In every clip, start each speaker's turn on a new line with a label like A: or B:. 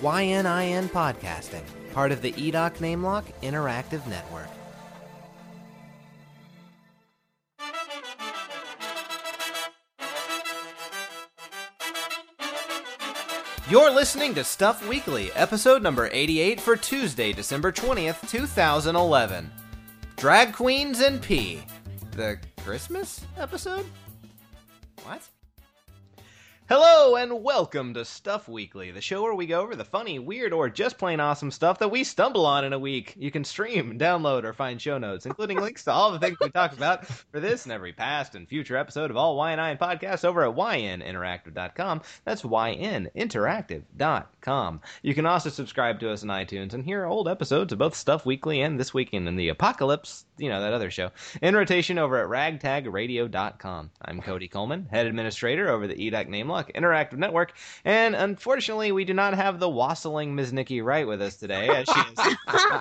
A: YNIN Podcasting, part of the E EDOC NameLock Interactive Network. You're listening to Stuff Weekly, episode number 88 for Tuesday, December 20th, 2011. Drag Queens and Pee. The Christmas episode? What? Hello and welcome to Stuff Weekly, the show where we go over the funny, weird, or just plain awesome stuff that we stumble on in a week. You can stream, download, or find show notes, including links to all the things we talked about for this and every past and future episode of all YNI podcasts over at yninteractive.com. That's yninteractive.com. You can also subscribe to us on iTunes and hear old episodes of both Stuff Weekly and This Weekend in the Apocalypse, you know, that other show, in rotation over at ragtagradio.com. I'm Cody Coleman, head administrator over the E EDOC Namelock Interactive Network, and unfortunately, we do not have the wassailing Ms. Nikki Wright with us today, as she has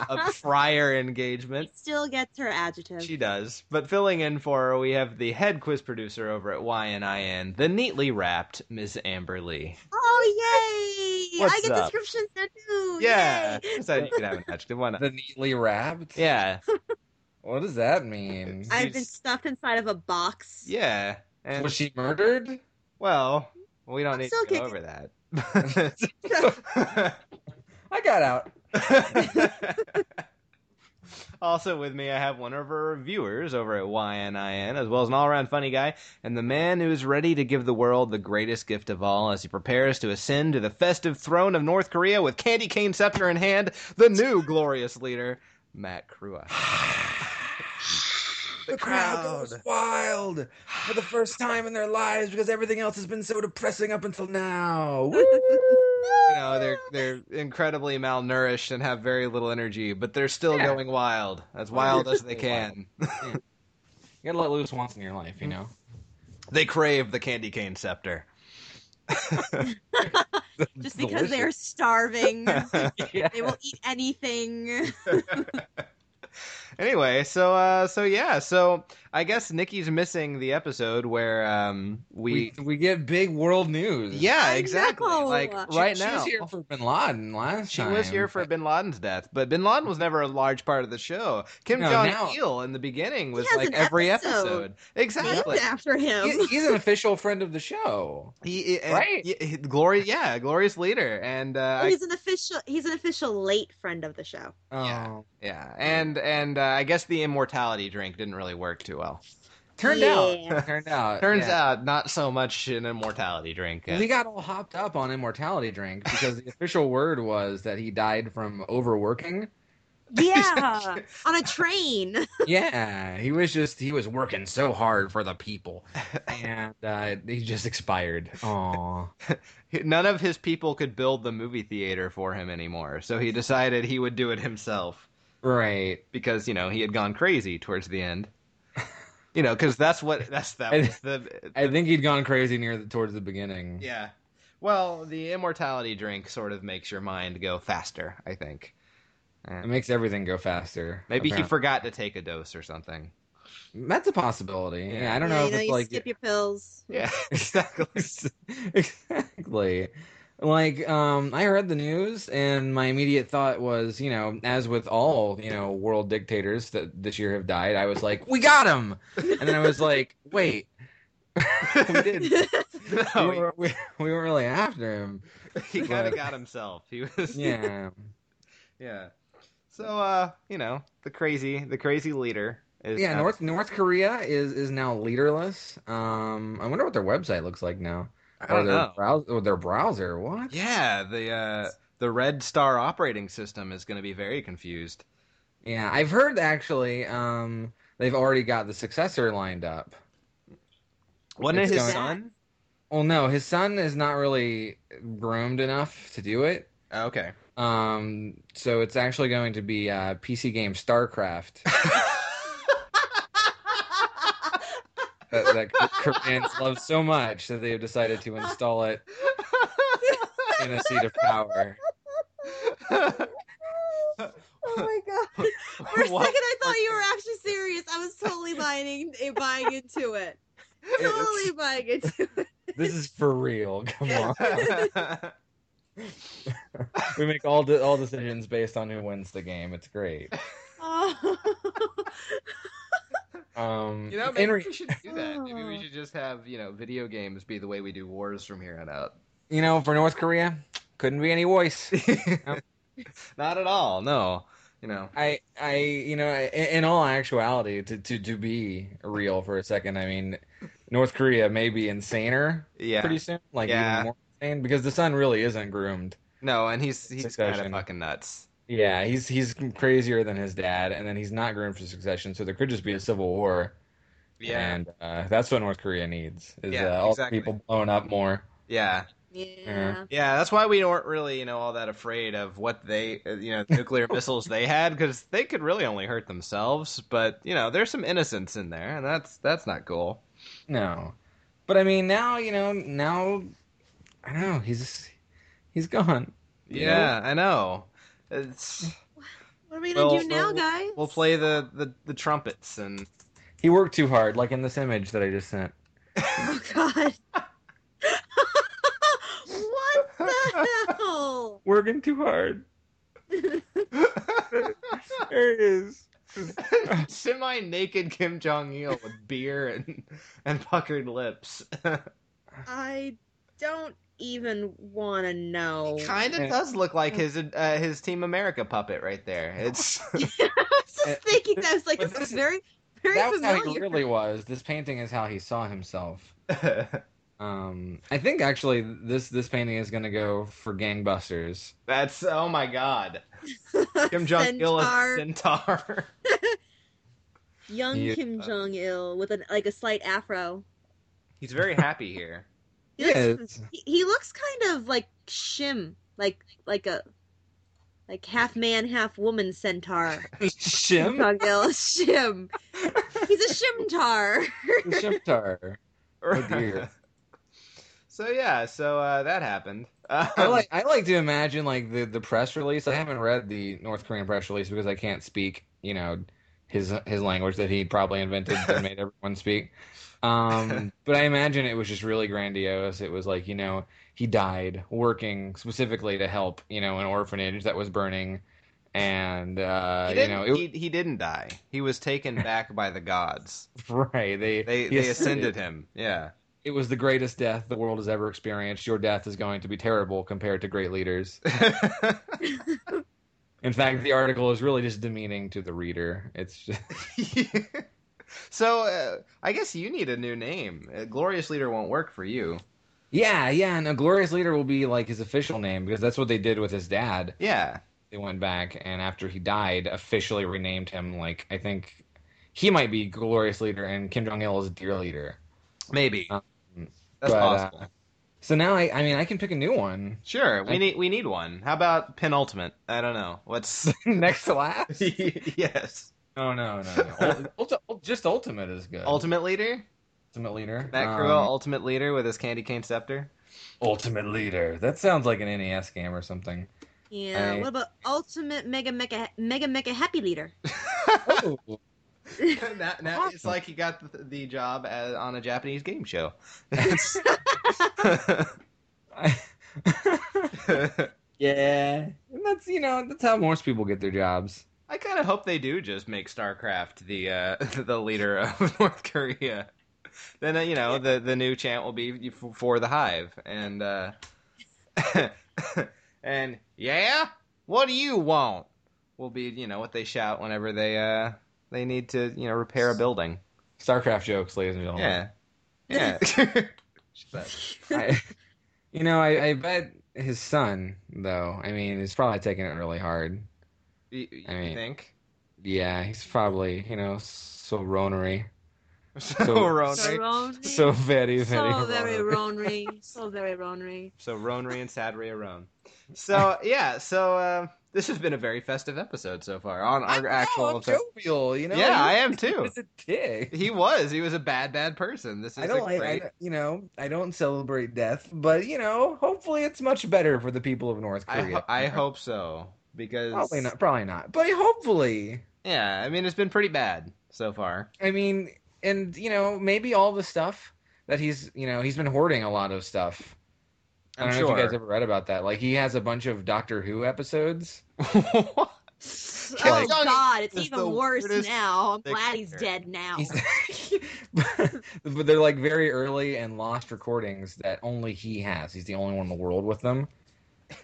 A: a prior engagement.
B: still gets her adjective.
A: She does. But filling in for her, we have the head quiz producer over at YNIN, the neatly wrapped Ms. Amber Lee.
B: oh yay!
A: What's
B: I get
A: up?
B: descriptions now too.
A: Yeah.
B: Yay!
A: I said you could have an adjective. Why not?
C: The neatly wrapped?
A: Yeah.
C: What does that mean?
A: I-
B: I've been stuffed inside of a box.
A: Yeah. And,
C: Was she murdered?
A: well, we don't
B: I'm
A: need
B: still
A: to go
B: kicking.
A: over that.
C: I got out.
A: also with me, I have one of our viewers over at YNIN, as well as an all-around funny guy, and the man who is ready to give the world the greatest gift of all as he prepares to ascend to the festive throne of North Korea with candy cane scepter in hand, the new glorious leader, Matt Krua.
C: The crowd goes wild for the first time in their lives because everything else has been so depressing up until now. Woo!
A: You know, they're they're incredibly malnourished and have very little energy, but they're still
C: Yeah.
A: going wild, as wild as they can.
C: You gotta let loose once in your life, you know.
A: they crave the candy cane scepter.
B: Just because they are starving,
C: Yeah.
B: they will eat anything.
A: anyway, so uh, so yeah, so I guess Nikki's missing the episode where um
C: We
A: we,
C: we get big world news.
A: yeah
B: I
A: exactly
B: know.
A: like
B: She-
A: right
C: she
A: now
C: was here for Bin Laden last
A: She
C: time.
A: was here for
C: but
A: Bin Laden's death, but Bin Laden was never a large part of the show. Kim
C: No,
A: Jong
C: now-
A: Il in the beginning was
B: has
A: like
B: an
A: every episode.
B: episode.
A: Exactly.
B: Named after him.
C: he- he's an official friend of the show.
A: He, he- and-
C: Right?
A: he- he- glory, yeah, glorious leader, and uh, I
B: He's an official. He's an official late friend of the show.
C: Oh.
A: Yeah. Yeah, and and uh, I guess the immortality drink didn't really work too well.
C: Turned
B: Yeah.
C: out. Turned out.
A: Turns
C: yeah.
A: out, not so much an immortality drink. uh,
C: We got all hopped up on immortality drink because the official word was that he died from overworking.
B: Yeah, on a train.
C: Yeah, he was just he was working so hard for the people, and uh, he just expired. Aww.
A: None of his people could build the movie theater for him anymore, so he decided he would do it himself
C: Right.
A: because you know he had gone crazy towards the end. You know, because that's what that's that was the
C: I think he'd gone crazy near the, towards the beginning.
A: yeah. Well, the immortality drink sort of makes your mind go faster. I think
C: It makes everything go faster.
A: maybe he
C: apparently.
A: forgot to take a dose or something.
C: That's a possibility. Yeah, I don't
B: Yeah,
C: know
B: you
C: if
B: know,
C: it's
B: you
C: like
B: skip your pills.
A: Yeah, exactly.
C: exactly like um i heard the news and my immediate thought was you know as with all you know world dictators that this year have died i was like we got him and then i was like wait we did we,
A: No,
C: were, we, we weren't really after him
A: he, he kind of
C: But-
A: got himself. He was
C: yeah
A: yeah. So uh, you know, the crazy the crazy leader is
C: yeah
A: now-
C: north north korea is is now leaderless um i wonder what their website looks like now
A: I don't
C: or their
A: know.
C: browser or their browser what
A: Yeah, the uh, the Red Star operating system is going to be very confused.
C: Yeah, I've heard actually. Um, they've already got the successor lined up.
A: Wasn't
C: It's
A: it his
C: going-
A: son?
C: Well, no, his son is not really groomed enough to do it.
A: Oh, okay.
C: Um, so it's actually going to be uh, PC game StarCraft that, that Koreans love so much that they have decided to install it in a seat of power.
B: Oh my god! For a second, I thought you were actually serious. I was totally buying eh, buying into it. Totally
C: It's-
B: buying into it.
C: this is for real. Come on. we make all de- all decisions based on who wins the game. It's great.
B: Oh.
C: Um,
A: You know,
C: in
A: maybe
C: re-
A: we should do that. Maybe we
B: Oh.
A: should just have, you know, video games be the way we do wars from here on out.
C: you know, for North Korea, couldn't be any worse.
A: Not at all. No. You know.
C: I, I, you know, I- in, in all actuality, to, to to be real for a second, I mean, North Korea may be insaner
A: Yeah.
C: pretty soon, like
A: Yeah.
C: even more insane, because the son really isn't groomed.
A: No, and he's he's kind of
C: Succession.
A: fucking nuts.
C: Yeah, he's he's crazier than his dad, and then he's not groomed for succession, so there could just be a civil war. and uh, that's what North Korea needs is
A: Yeah,
C: uh, all the
A: exactly.
C: people blowing up more.
A: Yeah.
B: yeah.
A: Yeah, that's why we weren't really, you know, all that afraid of what they, uh, you know, the nuclear missiles they had because they could really only hurt themselves. But you know, there's some innocence in there, and that's that's not cool.
C: No, but I mean now you know now I don't know he's he's gone. You
A: Yeah, I know. It's,
B: What are we gonna
A: Well,
B: do now,
A: we'll-
B: guys?
A: we'll play the, the the trumpets and
C: He worked too hard, like in this image that I just sent.
B: Oh God. what the hell?
C: Working too hard. There it is.
A: semi naked Kim Jong Il with beer and and puckered lips.
B: I don't even want to know.
A: kind of does look like his uh, his Team America puppet right there. It's
B: I was
C: Uh,
B: just thinking that. I was like,
C: but
B: it's
C: this-
B: very, very
C: That was how he
B: familiar.
C: really was. This painting is how he saw himself. Um, I think actually this this painting is gonna go for gangbusters.
A: that's oh my god. Kim Jong Il is
B: Centaur,
A: a centaur.
B: young
C: Yeah.
B: Kim Jong Il with an like a slight afro.
A: He's very happy here.
B: He looks,
C: Yes.
B: he, he looks kind of like Shim, like like a like half man, half woman centaur. Kim
C: Shim,
B: Jong Il, Shim. He's a Shimtar.
C: Shimtar. Oh, dear.
A: so yeah, so uh, that happened. Um,
C: I like I like to imagine like the the press release. I haven't read the North Korean press release because I can't speak, you know, his his language that he probably invented that made everyone speak. Um, but I imagine it was just really grandiose. It was like you know he died working specifically to help you know an orphanage that was burning, and uh,
A: he
C: you
A: didn't,
C: know it,
A: he, he didn't die. He was taken back by the gods.
C: right they
A: They
C: he
A: they ascended him. Yeah.
C: It was the greatest death the world has ever experienced. Your death is going to be terrible compared to great leaders. In fact, the article is really just demeaning to the reader. It's just,
A: so uh, I guess you need a new name. Uh, Glorious leader won't work for you.
C: yeah, yeah, and a glorious leader will be like his official name because that's what they did with his dad.
A: Yeah.
C: They went back and after he died, officially renamed him like I think he might be glorious leader and Kim Jong Il is dear leader.
A: Maybe.
C: Um,
A: That's
C: but, uh,
A: possible.
C: So now I, I mean, I can pick a new one
A: sure. We
C: I-
A: need we need one. How about penultimate? I don't know. What's
C: next to last.
A: yes.
C: Oh no, no, no. Ult- ult- just ultimate is good.
A: Ultimate leader?
C: ultimate leader.
A: Matt
C: Uh, Um,
A: Crowell, ultimate leader with his candy cane scepter?
C: ultimate leader. That sounds like an NES game or something.
B: Yeah.
C: I-
B: What about Ultimate Mega Mecha Mega Mecha Happy Leader?
C: Oh,
A: now, now it's like he got the, the job as, on a Japanese game show.
C: I-
A: I
C: Yeah, and that's you know that's how most people get their jobs.
A: kind of hope they do just make StarCraft the uh, the leader of North Korea. Then uh, you know the the new chant will be f- for the Hive and uh, and yeah, what do you want? Will be you know what they shout whenever they uh they need to you know repair a building.
C: Starcraft jokes, ladies and gentlemen.
A: Yeah, yeah.
C: I, you know, I, I bet his son though. I mean, he's probably taking it really hard.
A: you, you
C: I mean-
A: think?
C: Yeah, he's probably you know so ronery,
A: So,
C: Ronry-
B: so Ronry.
C: so very very.
B: So very
C: ronery.
B: Ronry. So very Ronry.
A: So Ronry and Sadria Roan. So yeah, so uh, this has been a very festive episode so far on
C: I
A: our
C: know,
A: actual.
C: I'm jovial, you know.
A: yeah, I
C: He-
A: am
C: he
A: too.
C: was a dick.
A: He was. He was a bad, bad person. This is
C: I don't
A: a
C: like, I,
A: great.
C: don't- you know, I don't celebrate death, but you know, hopefully it's much better for the people of North
A: I,
C: Korea.
A: ho- I hope so because
C: probably not, probably not, but hopefully.
A: Yeah, I mean it's been pretty bad so far.
C: I mean, and you know, maybe all the stuff that he's, you know, he's been hoarding a lot of stuff. I don't
A: I'm
C: know if you guys
A: sure.
C: ever read about that. Like he has a bunch of Doctor Who episodes.
A: What?
B: Oh
C: Like-
B: God, it's
A: is
B: even
A: the
B: worse
A: weirdest
B: now. I'm glad he's
A: character.
B: dead now.
C: He's- but but they're like very early and lost recordings that only he has. He's the only one in the world with them.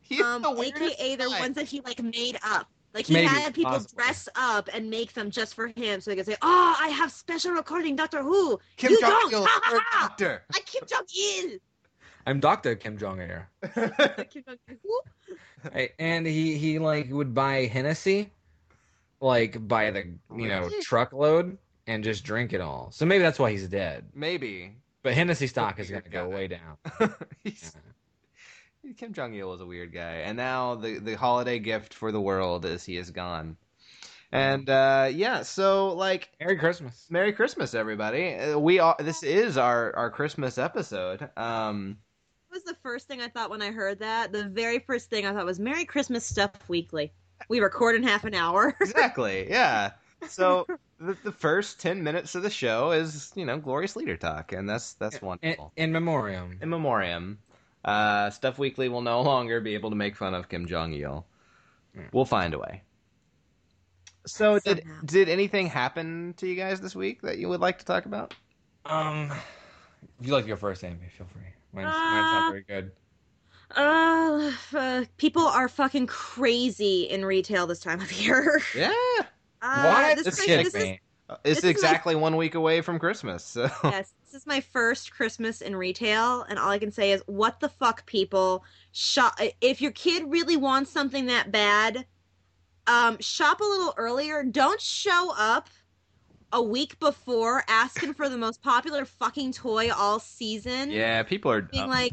A: He's
B: um,
A: the weirdest
B: AKA they're
A: guy.
B: ones that he like made up. Like he
C: Maybe,
B: had people
C: possibly.
B: dress up and make them just for him, so they could say, "Oh, I have special recording Doctor Who.
A: Kim
B: You
A: Jong
B: don't.
A: Il,
B: Ha, ha,
A: third
B: ha.
A: doctor.
B: I Kim Jong Il."
C: I'm Doctor Kim Jong Un.
B: Kim Jong Il.
C: Right, and he he like would buy Hennessy, like by the you know
A: Really?
C: truckload and just drink it all. So maybe that's why he's dead.
A: Maybe
C: But Hennessy stock is
A: Figure
C: gonna go
A: it out.
C: way down.
A: he's Kim Jong Il was a weird guy, and now the the holiday gift for the world is he is gone. And uh, yeah, so like
C: Merry Christmas.
A: Merry Christmas, everybody. Uh, we are this is our our Christmas episode. Um,
B: That was the first thing I thought when I heard that. The very first thing I thought was Merry Christmas Stuff Weekly. We record in half an hour.
A: exactly, yeah. So the, the first ten minutes of the show is you know glorious leader talk, and that's that's
C: In,
A: wonderful.
C: in memoriam.
A: In memoriam, uh, Stuff Weekly will no longer be able to make fun of Kim Jong Il.
C: Mm.
A: We'll find a way. Hmm. So did
B: Somehow.
A: did anything happen to you guys this week that you would like to talk about?
C: Um, if you like to go first, Amy, feel free. Mine's, mine's not
B: Uh,
C: very good.
B: Uh, uh, people are fucking crazy in retail this time of year.
A: Yeah,
B: Uh,
C: what?
B: This,
C: This
B: is-
C: kidding
B: this is,
C: me.
A: it's
B: This is my-
A: exactly one week away from Christmas. So
B: yes, this is my first Christmas in retail, and all I can say is, what the fuck, people? Shop if your kid really wants something that bad. Um, shop a little earlier. Don't show up a week before asking for the most popular fucking toy all season.
A: yeah, people are
B: being
A: dumb.
B: like,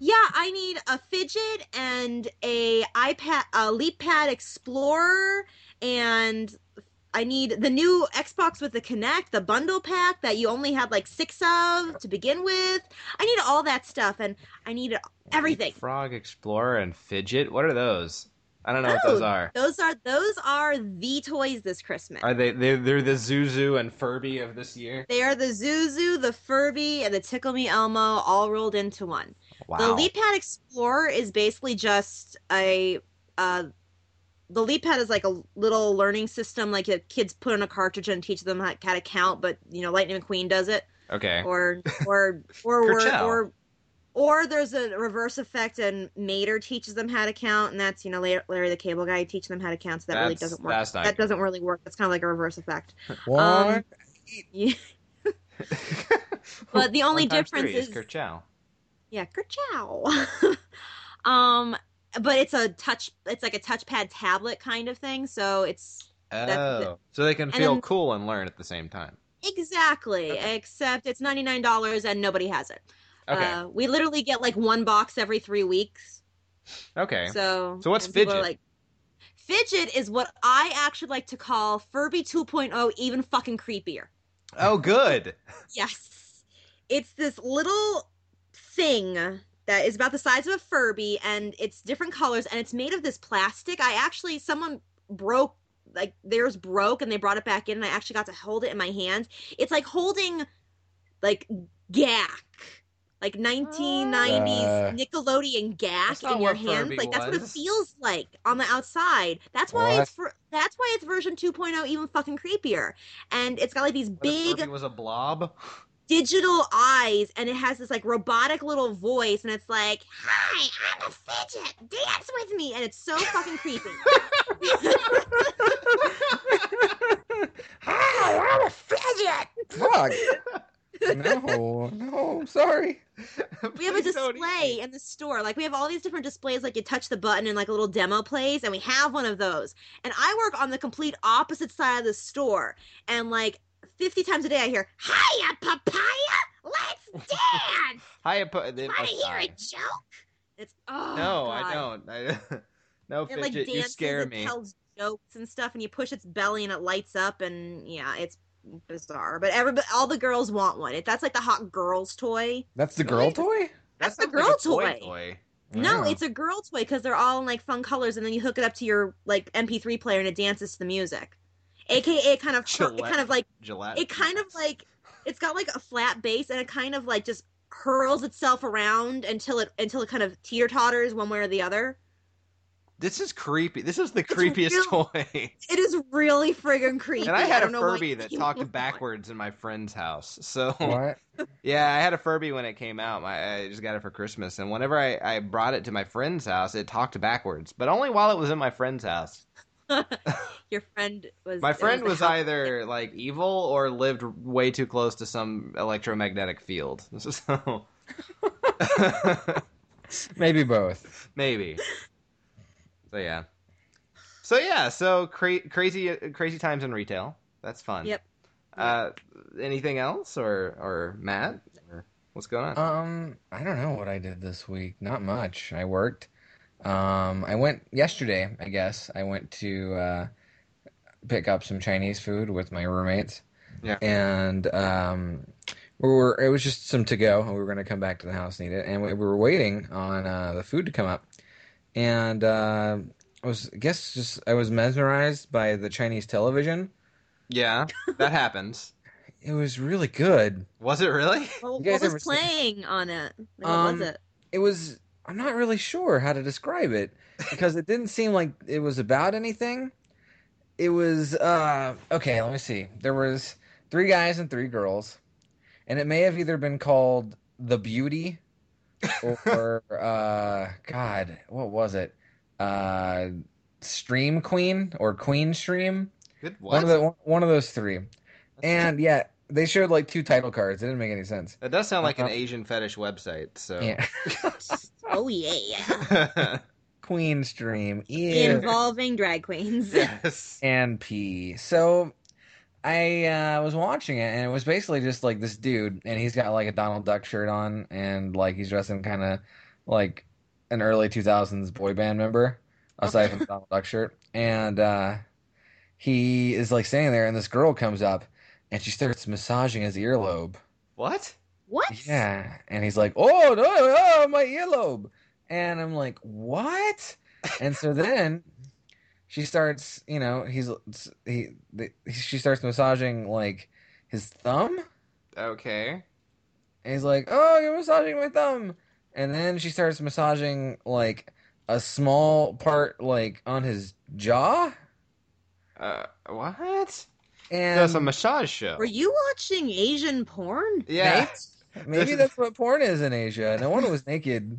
B: "Yeah, I need a fidget and a iPad, a LeapPad Explorer, and I need the new Xbox with the Kinect, the bundle pack that you only had like six of to begin with. I need all that stuff, and I need everything.
A: Frog Explorer and Fidget. What are those? I don't know what
B: Oh,
A: those are.
B: Those are those are the toys this Christmas."
A: Are they they they're the Zuzu and Furby of this year?
B: they are the Zuzu, the Furby, and the Tickle Me Elmo all rolled into one.
A: Wow.
B: The LeapPad Explorer is basically just a uh, the LeapPad is like a little learning system, like a kids put in a cartridge and teach them how how to count, but you know Lightning McQueen does it,
A: okay.
B: or or or or,
A: Kerchow.
B: or or there's a reverse effect and Mater teaches them how to count, and that's you know Larry, Larry the Cable Guy teaching them how to count, so that really
A: That's-
B: doesn't work.
A: that's not
B: that doesn't really work. That's kind of like a reverse effect.
C: What?
B: Um, Yeah. But the only
A: One times
B: difference
A: three is
B: is-
A: Kerchow.
B: Yeah, kerchow. um, but it's a touch. It's like a touchpad tablet kind of thing. So it's That's
A: Oh, so they can
B: And
A: feel
B: then-
A: cool and learn at the same time.
B: exactly, except it's ninety nine dollars and nobody has it.
A: Okay,
B: Uh, we literally get like one box every three weeks.
A: okay.
B: So
A: So what's
B: and people
A: fidget?
B: are Like, fidget is what I actually like to call Furby 2.0, even fucking creepier.
A: oh, good.
B: Yes. It's this little thing that is about the size of a Furby and it's different colors and it's made of this plastic. I actually someone broke like theirs broke and they brought it back in and I actually got to hold it in my hands. It's like holding like gack. Like 1990s
C: Uh,
B: Nickelodeon
A: that's
B: gack
A: not
B: in your
A: what
B: hands.
A: Furby
B: like that's what it
A: was.
B: feels like on the outside. That's why
C: What?
B: it's for, that's why it's version 2.0 even fucking creepier. And it's got like these
A: What if
B: big
A: Furby was a blob.
B: digital eyes and it has this like robotic little voice and it's like hi i'm a fidget dance with me and it's so fucking creepy
C: Hi, Ah, I'm a fidget. Fuck. no, no, sorry.
B: we have a
A: Please don't eat
B: display
A: me.
B: in the store like we have all these different displays like you touch the button and like a little demo plays and we have one of those and i work on the complete opposite side of the store and like 50 times a day i hear hiya papaya let's dance
A: Hi, put. They
B: want
A: must
B: to hear
A: die.
B: a joke it's oh
A: no, I
B: God.
A: don't. I, no
B: It
A: fidget,
B: like dances
A: you scare
B: and
A: me.
B: tells jokes and stuff, and you push its belly and it lights up, and yeah, it's bizarre. But everybody, all the girls want one. It, that's like the hot girls' toy.
C: That's the girl
A: Really?
C: toy.
A: That
B: That's the
A: sounds like a boy
B: girl toy. No, it's a girl toy because they're all in like fun colors, and then you hook it up to your like MP3 player, and it dances to the music. AKA, it kind of hur- it
A: Gillette.
B: kind of like
A: Gillette.
B: it kind of like it's got like a flat bass, and it kind of like just hurls itself around until it until it kind of teeter totters one way or the other.
A: This is creepy. This is the
B: It's
A: creepiest
B: real-
A: toy.
B: It is really friggin' creepy.
A: And I had
B: a
A: a Furby that talked backwards in my friend's house. So
C: What?
A: yeah, I had a Furby when it came out. My, I just got it for Christmas, and whenever I, I brought it to my friend's house, it talked backwards, but only while it was in my friend's house.
B: Your friend was
A: My
B: it
A: friend
B: the
A: was
B: house-
A: either like evil or lived way too close to some electromagnetic field. So
C: Maybe both.
A: maybe. So yeah. So yeah. So cra- crazy, crazy times in retail. That's fun.
B: Yep.
A: Uh, anything else or or Matt? Or what's going on?
C: Um, I don't know what I did this week. Not much. I worked. Um, I went yesterday. I guess I went to uh, pick up some Chinese food with my roommates.
A: Yeah.
C: And um, we were. It was just some to go, and we were going to come back to the house and eat it. And we, we were waiting on uh, the food to come up, and uh, I was I guess just I was mesmerized by the Chinese television.
A: yeah, that happens.
C: It was really good.
A: Was it really?
C: You
B: Well, what
C: guys
B: was
C: ever seen-
B: playing on it? Like,
C: Um,
B: what was it?
C: it was I'm not really sure how to describe it because it didn't seem like it was about anything. It was uh okay, let me see. There was three guys and three girls and it may have either been called The Beauty or uh god, what was it? Uh Stream Queen or Queen Stream?
A: Good. What?
C: One of the one of those three. And yeah, they showed like two title cards. It didn't make any sense.
A: that does sound like an
C: Uh-huh.
A: Asian fetish website. So.
C: Yeah. Um,
B: Oh yeah,
C: Queen Stream. Ew.
B: involving drag queens.
A: yes.
C: and pee. So I uh, was watching it, and it was basically just like this dude, and he's got like a Donald Duck shirt on, and like he's dressing kind of like an early 2000s boy band member, aside from the Donald Duck shirt. And uh, he is like standing there, and this girl comes up, and she starts massaging his earlobe.
A: What?
B: What?
C: Yeah, and he's like, "Oh no, oh my earlobe," and I'm like, "What?" And so then she starts, you know, he's he, the, she starts massaging like his thumb,
A: Okay.
C: and he's like, "Oh, you're massaging my thumb," and then she starts massaging like a small part like on his jaw,
A: Uh, what?
C: and
A: That's a massage show.
B: Were you watching Asian porn?
A: yeah.
C: maybe that's what porn is in Asia. No one was naked.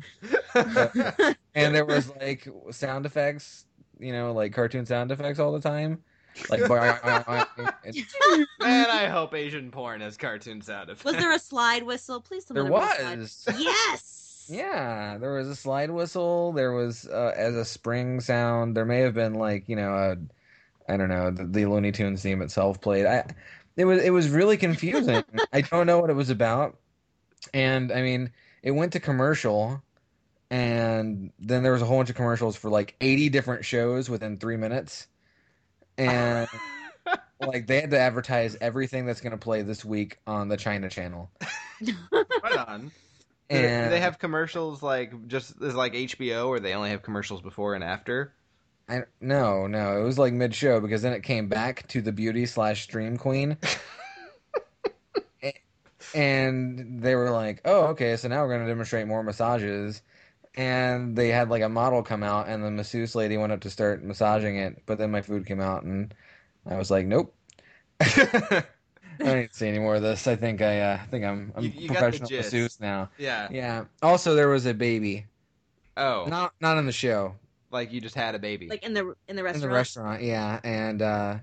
C: and there was like sound effects, you know, like cartoon sound effects all the time, like and
A: Man, I hope Asian porn has cartoon sound effects.
B: Was there a slide whistle? Please,
C: there
B: someone put a slide-
C: was.
B: Yes.
C: Yeah, there was a slide whistle. There was uh, as a spring sound. There may have been like you know, a, I don't know, the, the Looney Tunes theme itself played. I, it was it was really confusing. I don't know what it was about, and I mean, it went to commercial, and then there was a whole bunch of commercials for like eighty different shows within three minutes, and like they had to advertise everything that's going to play this week on the China Channel.
A: right on. Do they-
C: And
A: Do they have commercials like just is like HBO where they only have commercials before and after?
C: I no, no. It was like mid show because then it came back to the beauty slash stream queen. A- and they were like, Oh, okay, so now we're gonna demonstrate more massages. And they had like a model come out and the masseuse lady went up to start massaging it, but then my food came out and I was like, Nope. I didn't see any more of this. I think I uh, I think I'm I'm
A: You- you got the
C: professional
A: gist.
C: masseuse now.
A: yeah.
C: Yeah. Also there was a baby.
A: Oh,
C: Not not in the show.
A: like you just had a baby.
B: Like in the in the
C: in
B: restaurant.
C: the restaurant yeah and uh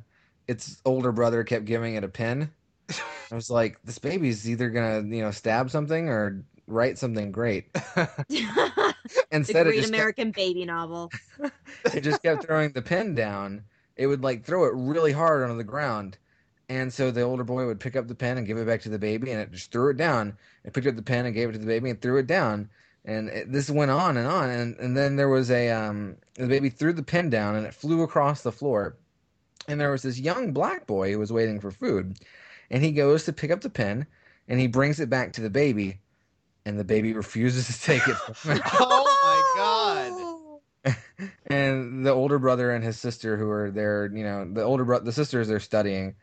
C: its older brother kept giving it a pin i was like this baby's either gonna you know stab something or write something great
B: the
C: instead it
B: great
C: just, kept,
B: American baby novel.
C: it just kept throwing the pin down it would like throw it really hard onto the ground and so the older boy would pick up the pen and give it back to the baby and it just threw it down and picked up the pen and gave it to the baby and threw it down and it, this went on and on and, and then there was a um the baby threw the pen down and it flew across the floor and there was this young black boy who was waiting for food and he goes to pick up the pen and he brings it back to the baby and the baby refuses to take it from him
A: oh my god.
C: and the older brother and his sister who are there you know the older brother the sisters they're studying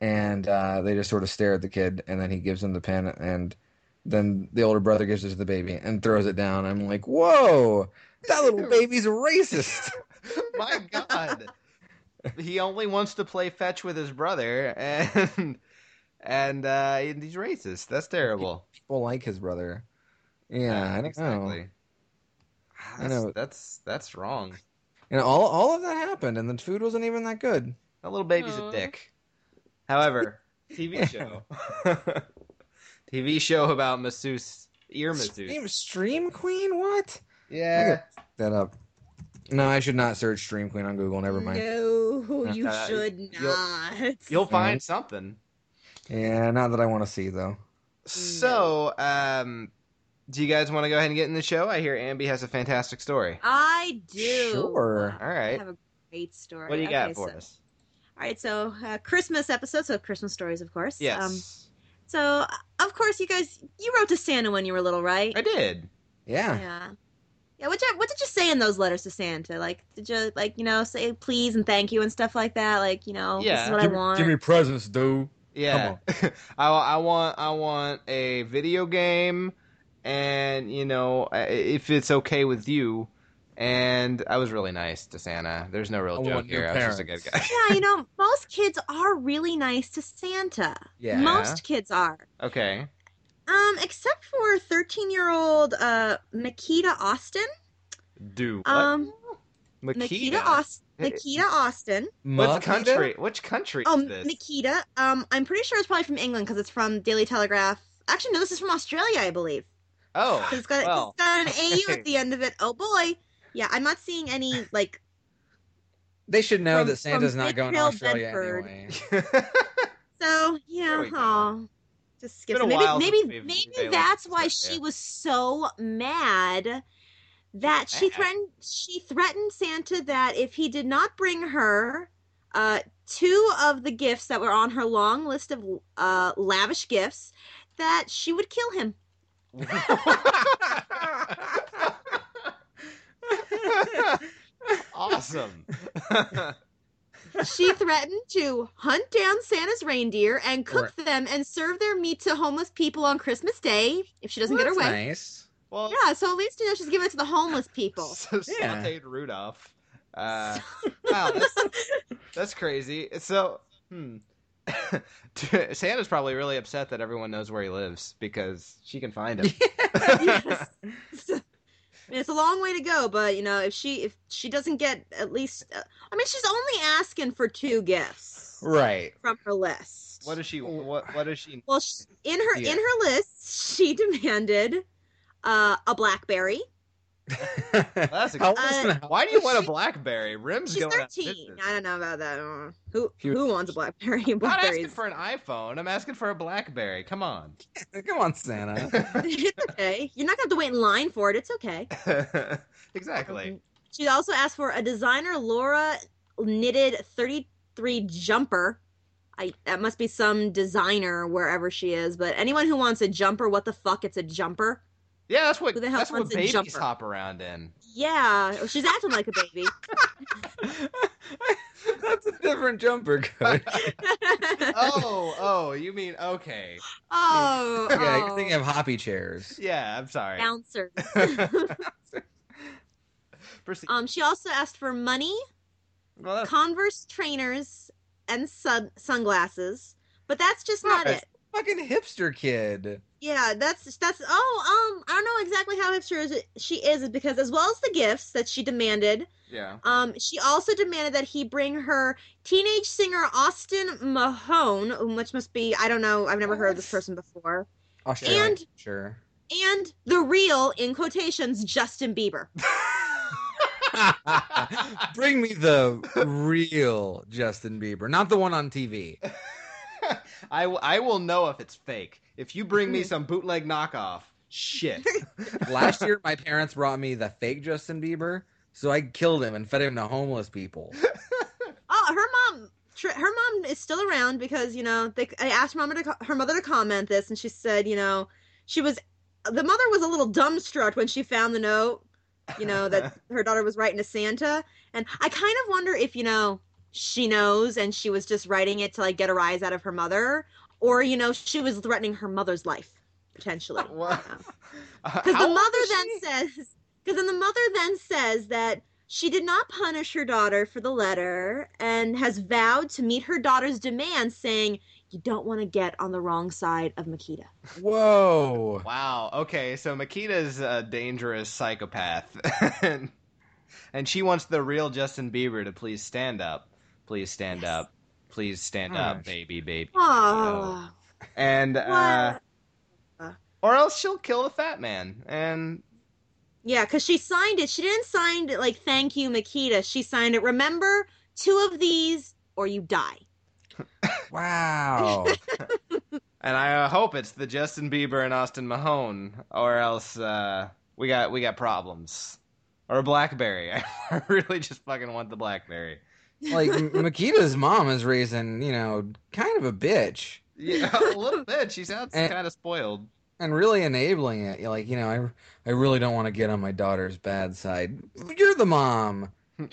C: and uh, they just sort of stare at the kid and then he gives them the pen and Then the older brother gives it to the baby and throws it down. I'm like, whoa, that little baby's a racist.
A: My God. he only wants to play fetch with his brother, and and uh, and he's racist. That's terrible.
C: People like his brother. Yeah, I don't know. I
A: I
C: know.
A: know Ah, that's that's wrong.
C: And all all of that happened, and the food wasn't even that good.
A: That little baby's
B: Aw.
A: a dick. However, TV show, TV show about masseuse ear masseuse.
C: Stream, stream Queen? What?
A: Yeah,
C: That up. No, I should not search Stream Queen on Google. Never mind.
B: No, you
A: Uh,
B: should
A: you'll-
B: not.
A: you'll find something.
C: Yeah, not that I want to see though.
B: Mm.
A: So, um, do you guys want to go ahead and get in the show? I hear Ambi has a fantastic story.
B: I do.
C: Sure.
A: All right,
B: Have a great story.
A: what do you
B: Okay,
A: got for
B: so-
A: us?
B: All right, so uh, Christmas episode, so Christmas stories, of course.
C: Um,
B: Um,
A: Yes,
B: so, uh, of course, you guys, you wrote to Santa when you were little, right?
A: I did.
C: Yeah.
B: Yeah. Yeah. What you, what did you say in those letters to Santa? Like, did you like you know say please and thank you and stuff like that? Like, you know, this
A: Yeah.
B: is what I want.
C: presents, dude.
A: Yeah, I, I want I want a video game, and you know I- if it's okay with you. And I was really nice to Santa. There's no real
C: I
A: joke
C: want new
A: here. I was just a good
C: parents.
A: guy.
B: yeah, you know, most kids are really nice to Santa.
C: Yeah.
B: Most kids are.
A: Okay.
B: Um, except for 13 year old uh, Makita Austin.
A: Do what?
B: Um,
A: Makita.
B: Makita Austin.
A: Eh,
B: Makita Austin.
A: What country? Which country
B: Oh,
A: is this?
B: Makita. Um, I'm pretty sure it's probably from England because it's from Daily Telegraph. Actually, no, this is from Australia, I believe.
A: oh,
B: 'Cause It's got,
A: well,
B: it's got an AU at the end of it. Oh boy. Yeah, I'm not seeing any like.
C: They should know
B: From-
C: that Santa's
B: from
C: not going to
B: Midvale,
C: Australia
B: Bedford.
C: anyway.
B: So
A: There
B: yeah,
A: we go.
B: aw. just skip.
A: been a
B: Maybe
A: while since
B: maybe
A: we've-
B: maybe
A: they looked
B: that's
A: at
B: why
A: stuff,
B: she
A: yeah.
B: was so mad that she
A: Mad?
B: threatened she threatened Santa that if he did not bring her uh, two of the gifts that were on her long list of uh, lavish gifts, that she would kill him.
A: awesome.
B: She threatened to hunt down Santa's reindeer and cook them and serve their meat to homeless people on Christmas Day if she doesn't
C: That's
B: get her way.
C: Nice.
A: well,
B: Yeah, so at least you know she's giving it to the homeless people.
A: so
C: Yeah.
A: sauteed Rudolph. Uh, wow, that's, that's crazy. So, hmm. Santa's probably really upset that everyone knows where he lives because she can find him.
B: yes. I mean, it's a long way to go, but you know, if she if she doesn't get at least, uh, I mean, she's only asking for two gifts
C: Right.
B: from her list.
A: What does she? What? What does she?
B: well, sh in her
C: Yeah.
B: in her list, she demanded uh, a blackberry.
A: That's a-
C: How old is
B: Uh,
C: the-
A: Why do you want a blackberry? Rim's
B: She's
A: going out of
B: thirteen.
A: business.
B: I don't know about that. I don't know. Who
C: She was-
B: who wants a blackberry?
A: I'm not asking
B: Blackberries.
A: for an iPhone. I'm asking for a BlackBerry. Come on.
C: Come on, Santa.
B: it's okay. You're not gonna have to wait in line for it. It's okay.
A: exactly.
B: Um, She also asked for a designer Laura knitted 33 jumper. I that must be some designer wherever she is, but anyone who wants a jumper, what the fuck? It's a jumper.
A: Yeah, that's what
B: Who the hell
A: that's what
B: wants a
A: babies
B: jumper?
A: hop around in.
B: Yeah, oh, she's acting like a baby.
C: That's a different jumper code.
A: Oh, oh, you mean okay?
B: oh,
C: yeah, you're
B: oh,
C: thinking of hoppy chairs.
A: Yeah, I'm sorry.
B: bouncers.
A: Proceed.
B: Um, she also asked for money,
A: well, that's
B: Converse trainers, and sun- sunglasses. But that's just not
C: Nice.
B: it.
C: Fucking hipster kid.
B: Yeah, that's that's oh um I don't know exactly how hipster is she is because as well as the gifts that she demanded,
A: yeah.
B: um she also demanded that he bring her teenage singer Austin Mahone, which must be I don't know I've never heard of this
A: What?
B: person before,
C: Australia.
B: And-
C: sure.
B: and the real in quotations Justin Bieber.
C: Bring me the real Justin Bieber, not the one on TV.
A: I, w- I will know if it's fake. If you bring me
B: Mhm.
A: some bootleg knockoff, shit.
C: Last year, my parents brought me the fake Justin Bieber, so I killed him and fed him to homeless people.
B: Oh, her mom tr- her mom is still around because you know they I asked her mom to co- her mother to comment this and she said you know she was the mother was a little dumbstruck when she found the note you know that her daughter was writing to santa and i kind of wonder if you know she knows and she was just writing it to like get a rise out of her mother or you know she was threatening her mother's life potentially.
A: What? Uh,
B: Because the mother then says, because then the mother then says that she did not punish her daughter for the letter and has vowed to meet her daughter's demands, saying, "You don't want to get on the wrong side of Makita."
C: Whoa.
A: Wow. Okay. So Makita's a dangerous psychopath, and, and she wants the real Justin Bieber to please stand up, please stand
B: Yes.
A: up, please stand
C: Gosh.
A: up, baby, baby.
B: Oh,
A: And uh,
B: What?
A: or else she'll kill the fat man. And
B: yeah, because she signed it. She didn't sign it like "Thank you, Makita." She signed it. Remember, two of these or you die.
C: Wow.
A: and I uh, hope it's the Justin Bieber and Austin Mahone, or else uh, we got we got problems. Or a BlackBerry. I really just fucking want the BlackBerry.
C: like M- Makita's mom is raising, you know, kind of a bitch
A: Yeah, a little bit. She sounds
C: And-
A: kind of spoiled.
C: and really enabling it. You're Like, you know, I I really don't want to get on my daughter's bad side. You're the mom.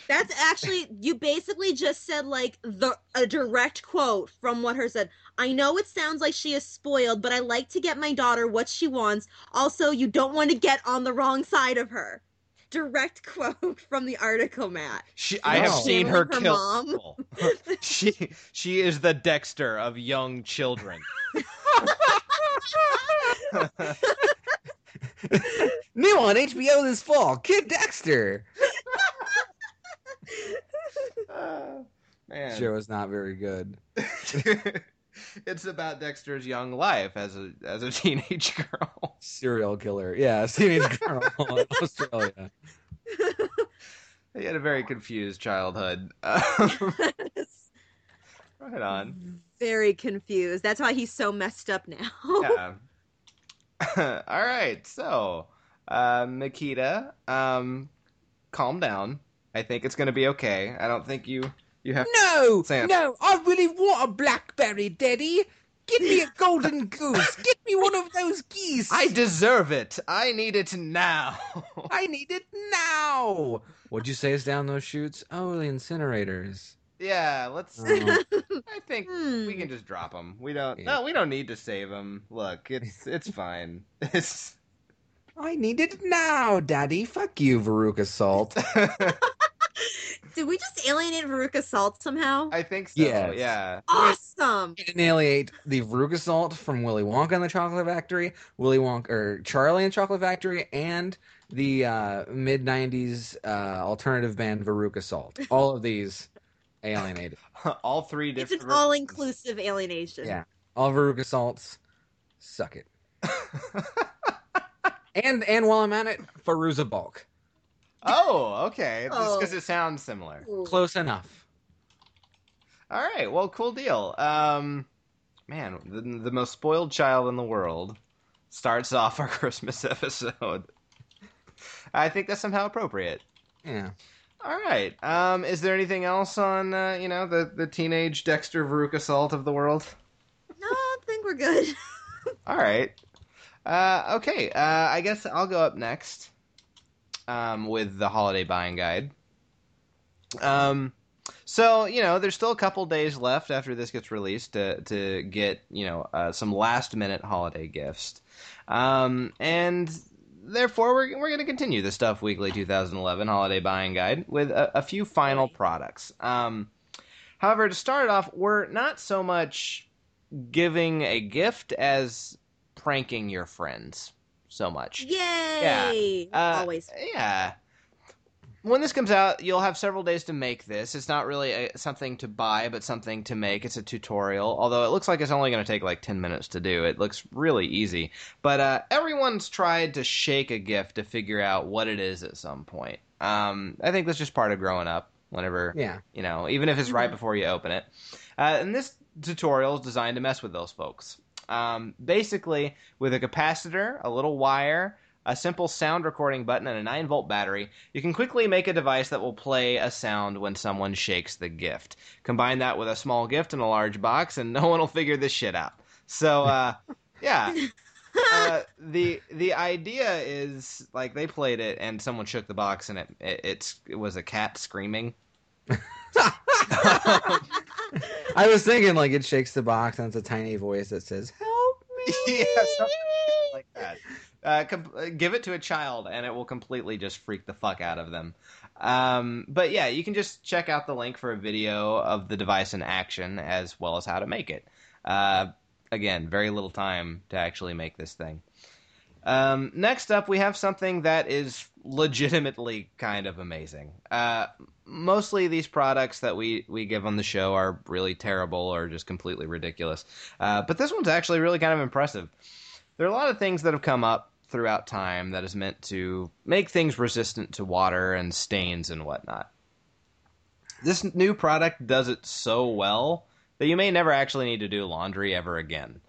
B: That's actually you basically just said like the a direct quote from what her said. I know it sounds like she is spoiled, but I like to get my daughter what she wants. Also, you don't want to get on the wrong side of her. Direct quote from the article, Matt.
A: She, I have
C: Wow.
A: seen her,
B: Her
A: kill
B: mom.
A: people. she she is the Dexter of young children.
C: New on HBO this fall, Kid Dexter.
A: man,
C: Show is not very good.
A: it's about Dexter's young life as a as a teenage girl.
C: Serial killer. Yeah, teenage girl in Australia.
A: He had a very confused childhood. right on.
B: Very confused. That's why he's so messed up now.
A: Yeah. All right. So, uh, Makita, um, calm down. I think it's gonna be okay. I don't think you you have.
C: No,
A: Sam.
C: no, I really want a blackberry, Daddy. Give me a golden goose. Give me one of those geese.
A: I deserve it. I need it now.
C: I need it now. What'd you say is down those chutes? Oh, the incinerators.
A: yeah. Let's.
B: Mm.
C: Oh.
A: I think
B: Hmm.
A: we can just drop him. We don't.
C: Yeah.
A: No, we don't need to save him. Look, it's it's fine. It's.
C: I need it now, Daddy. Fuck you, Veruca Salt.
B: Did we just alienate Veruca Salt somehow?
A: I think so.
C: Yes.
A: Yeah.
B: awesome.
C: Annihilate the Veruca Salt from Willy Wonka and the Chocolate Factory, Willy Wonka or Charlie and the Chocolate Factory, and the uh, mid '90s uh, alternative band Veruca Salt. All of these alienated.
A: all three
B: It's
A: different.
B: an all-inclusive alienation.
C: Yeah. All Veruca Salts, suck it. And and while I'm at it, Faruza Balk.
A: oh, okay. Just because
B: Oh.
A: it sounds similar.
B: Ooh.
C: Close enough.
A: All right. Well, cool deal. Um, man, the, the most spoiled child in the world starts off our Christmas episode. I think that's somehow appropriate.
C: Yeah.
A: All right. Um, is there anything else on uh, you know the the teenage Dexter Veruca Salt of the world?
B: No, I think we're good.
A: All right. Uh, okay. Uh, I guess I'll go up next um, with the holiday buying guide. Um, so you know, there's still a couple days left after this gets released to to get you know uh, some last minute holiday gifts, um, and therefore we're we're going to continue the stuff weekly 2011 holiday buying guide with a, a few final products. Um, however, to start it off, we're not so much giving a gift as pranking your friends so much.
B: Yay!
A: Uh,
B: Always.
A: Yeah. When this comes out, you'll have several days to make this. It's not really a, something to buy, but something to make. It's a tutorial, although it looks like it's only going to take like 10 minutes to do. It looks really easy. But uh, everyone's tried to shake a gift to figure out what it is at some point. Um, I think that's just part of growing up whenever
C: Yeah.
A: you know, even if it's right
B: Mhm.
A: before you open it. Uh, and this tutorial is designed to mess with those folks. Um, basically, with a capacitor, a little wire, a simple sound recording button, and a 9 volt battery, you can quickly make a device that will play a sound when someone shakes the gift. Combine that with a small gift in a large box, and no one will figure this shit out. So, uh, yeah. Uh, the the idea is like they played it and someone shook the box and it it, it's, it was a cat screaming
C: I was thinking like it shakes the box and it's a tiny voice that says,
A: yeah, something like Uh, com- uh, give it to a child, and it will completely just freak the fuck out of them. Um, but yeah, you can just check out the link for a video of the device in action, as well as how to make it. Uh, again, very little time to actually make this thing. Um, next up, we have something that is legitimately kind of amazing. Uh, mostly these products that we, we give on the show are really terrible or just completely ridiculous. Uh, but this one's actually really kind of impressive. There are a lot of things that have come up throughout time that is meant to make things resistant to water and stains and whatnot. This new product does it so well that you may never actually need to do laundry ever again.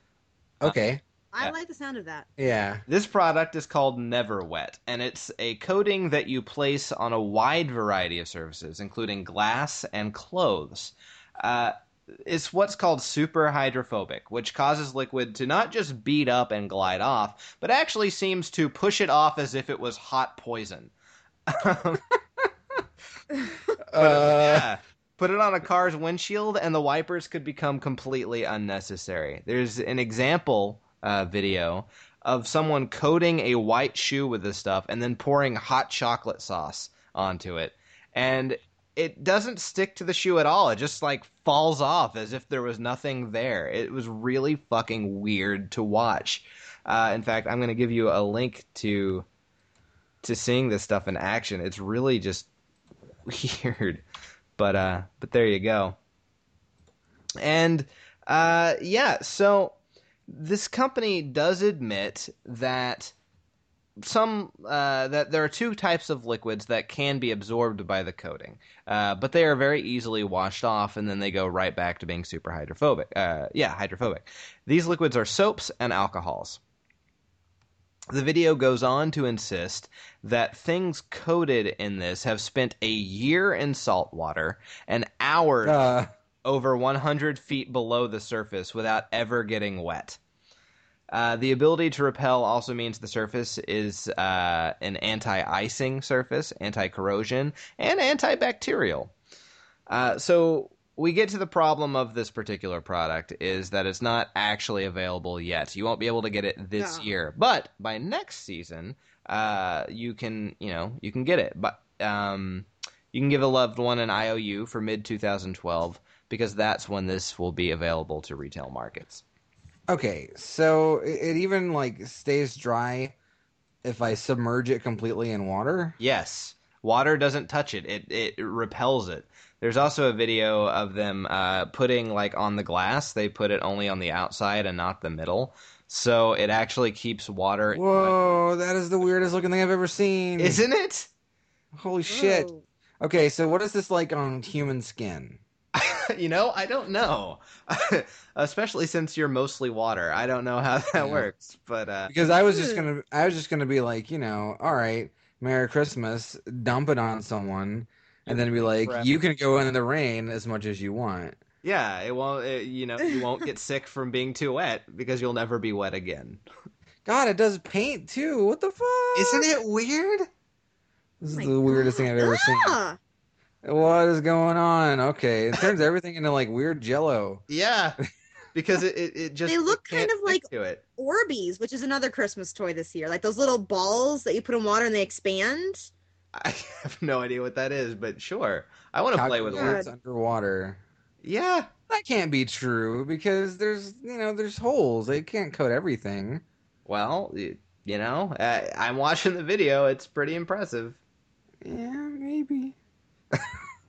C: Okay.
B: I
A: Yeah.
B: like the sound of that.
C: Yeah.
A: This product is called Never Wet, and it's a coating that you place on a wide variety of surfaces, including glass and clothes. Uh, it's what's called super hydrophobic, which causes liquid to not just beat up and glide off, but actually seems to push it off as if it was hot poison.
C: Uh,
A: Yeah. Put it on a car's windshield, and the wipers could become completely unnecessary. There's an example uh, video of someone coating a white shoe with this stuff and then pouring hot chocolate sauce onto it. And it doesn't stick to the shoe at all. It just like falls off as if there was nothing there. It was really fucking weird to watch. Uh, in fact, I'm going to give you a link to to seeing this stuff in action. It's really just weird. But uh but there you go. And uh yeah, so this company does admit that some uh, that there are two types of liquids that can be absorbed by the coating, uh, but they are very easily washed off, and then they go right back to being super hydrophobic. Uh, yeah, hydrophobic. These liquids are soaps and alcohols. The video goes on to insist that things coated in this have spent a year in salt water and hours
C: uh,
A: over 100 feet below the surface without ever getting wet. Uh, the ability to repel also means the surface is uh, an anti icing surface, anti corrosion, and antibacterial. Uh, so we get to the problem of this particular product is that it's not actually available yet. You won't be able to get it this
B: No.
A: year, but by next season, uh, you can you know you can get it. But um, you can give a loved one an IOU for mid 2012 because that's when this will be available to retail markets.
C: okay. So it, it even like stays dry if I submerge it completely in water.
A: Yes, water doesn't touch it; it it repels it. There's also a video of them uh, putting like on the glass. They put it only on the outside and not the middle, so it actually keeps water.
C: Whoa, that is the weirdest looking thing I've ever seen.
A: Isn't it?
C: Holy shit.
B: Whoa.
C: Okay, so what is this like on human skin?
A: you know, I don't know. Especially since you're mostly water, I don't know how that
C: Yeah.
A: works. But uh,
C: Because I was just
B: Hmm.
C: gonna, I was just gonna be like, you know, all right, Merry Christmas, dump it on someone, and then be like,
A: Crap.
C: you can go in the rain as much as you want.
A: Yeah, it won't. It, you know, you won't get sick from being too wet because you'll never be wet again.
C: God, it does paint too. What the fuck?
A: Isn't it weird?
C: This is
B: Oh My
C: the weirdest thing I've ever seen.
B: Ah!
C: What is going on? Okay, it turns everything into like weird jello.
A: Yeah, because it it, it just
B: They look
A: it can't
B: kind of
A: stick
B: like-
A: to it.
B: Orbeez, which is another Christmas toy this year, like those little balls that you put in water and they expand.
A: I have no idea what that is, but sure, I want to play with
B: Calculator.
A: it.
C: Calculators underwater.
A: Yeah,
C: That can't be true because there's you know there's holes. They can't coat everything.
A: well, y- you know, uh, I'm watching the video. It's pretty impressive.
C: Yeah, maybe.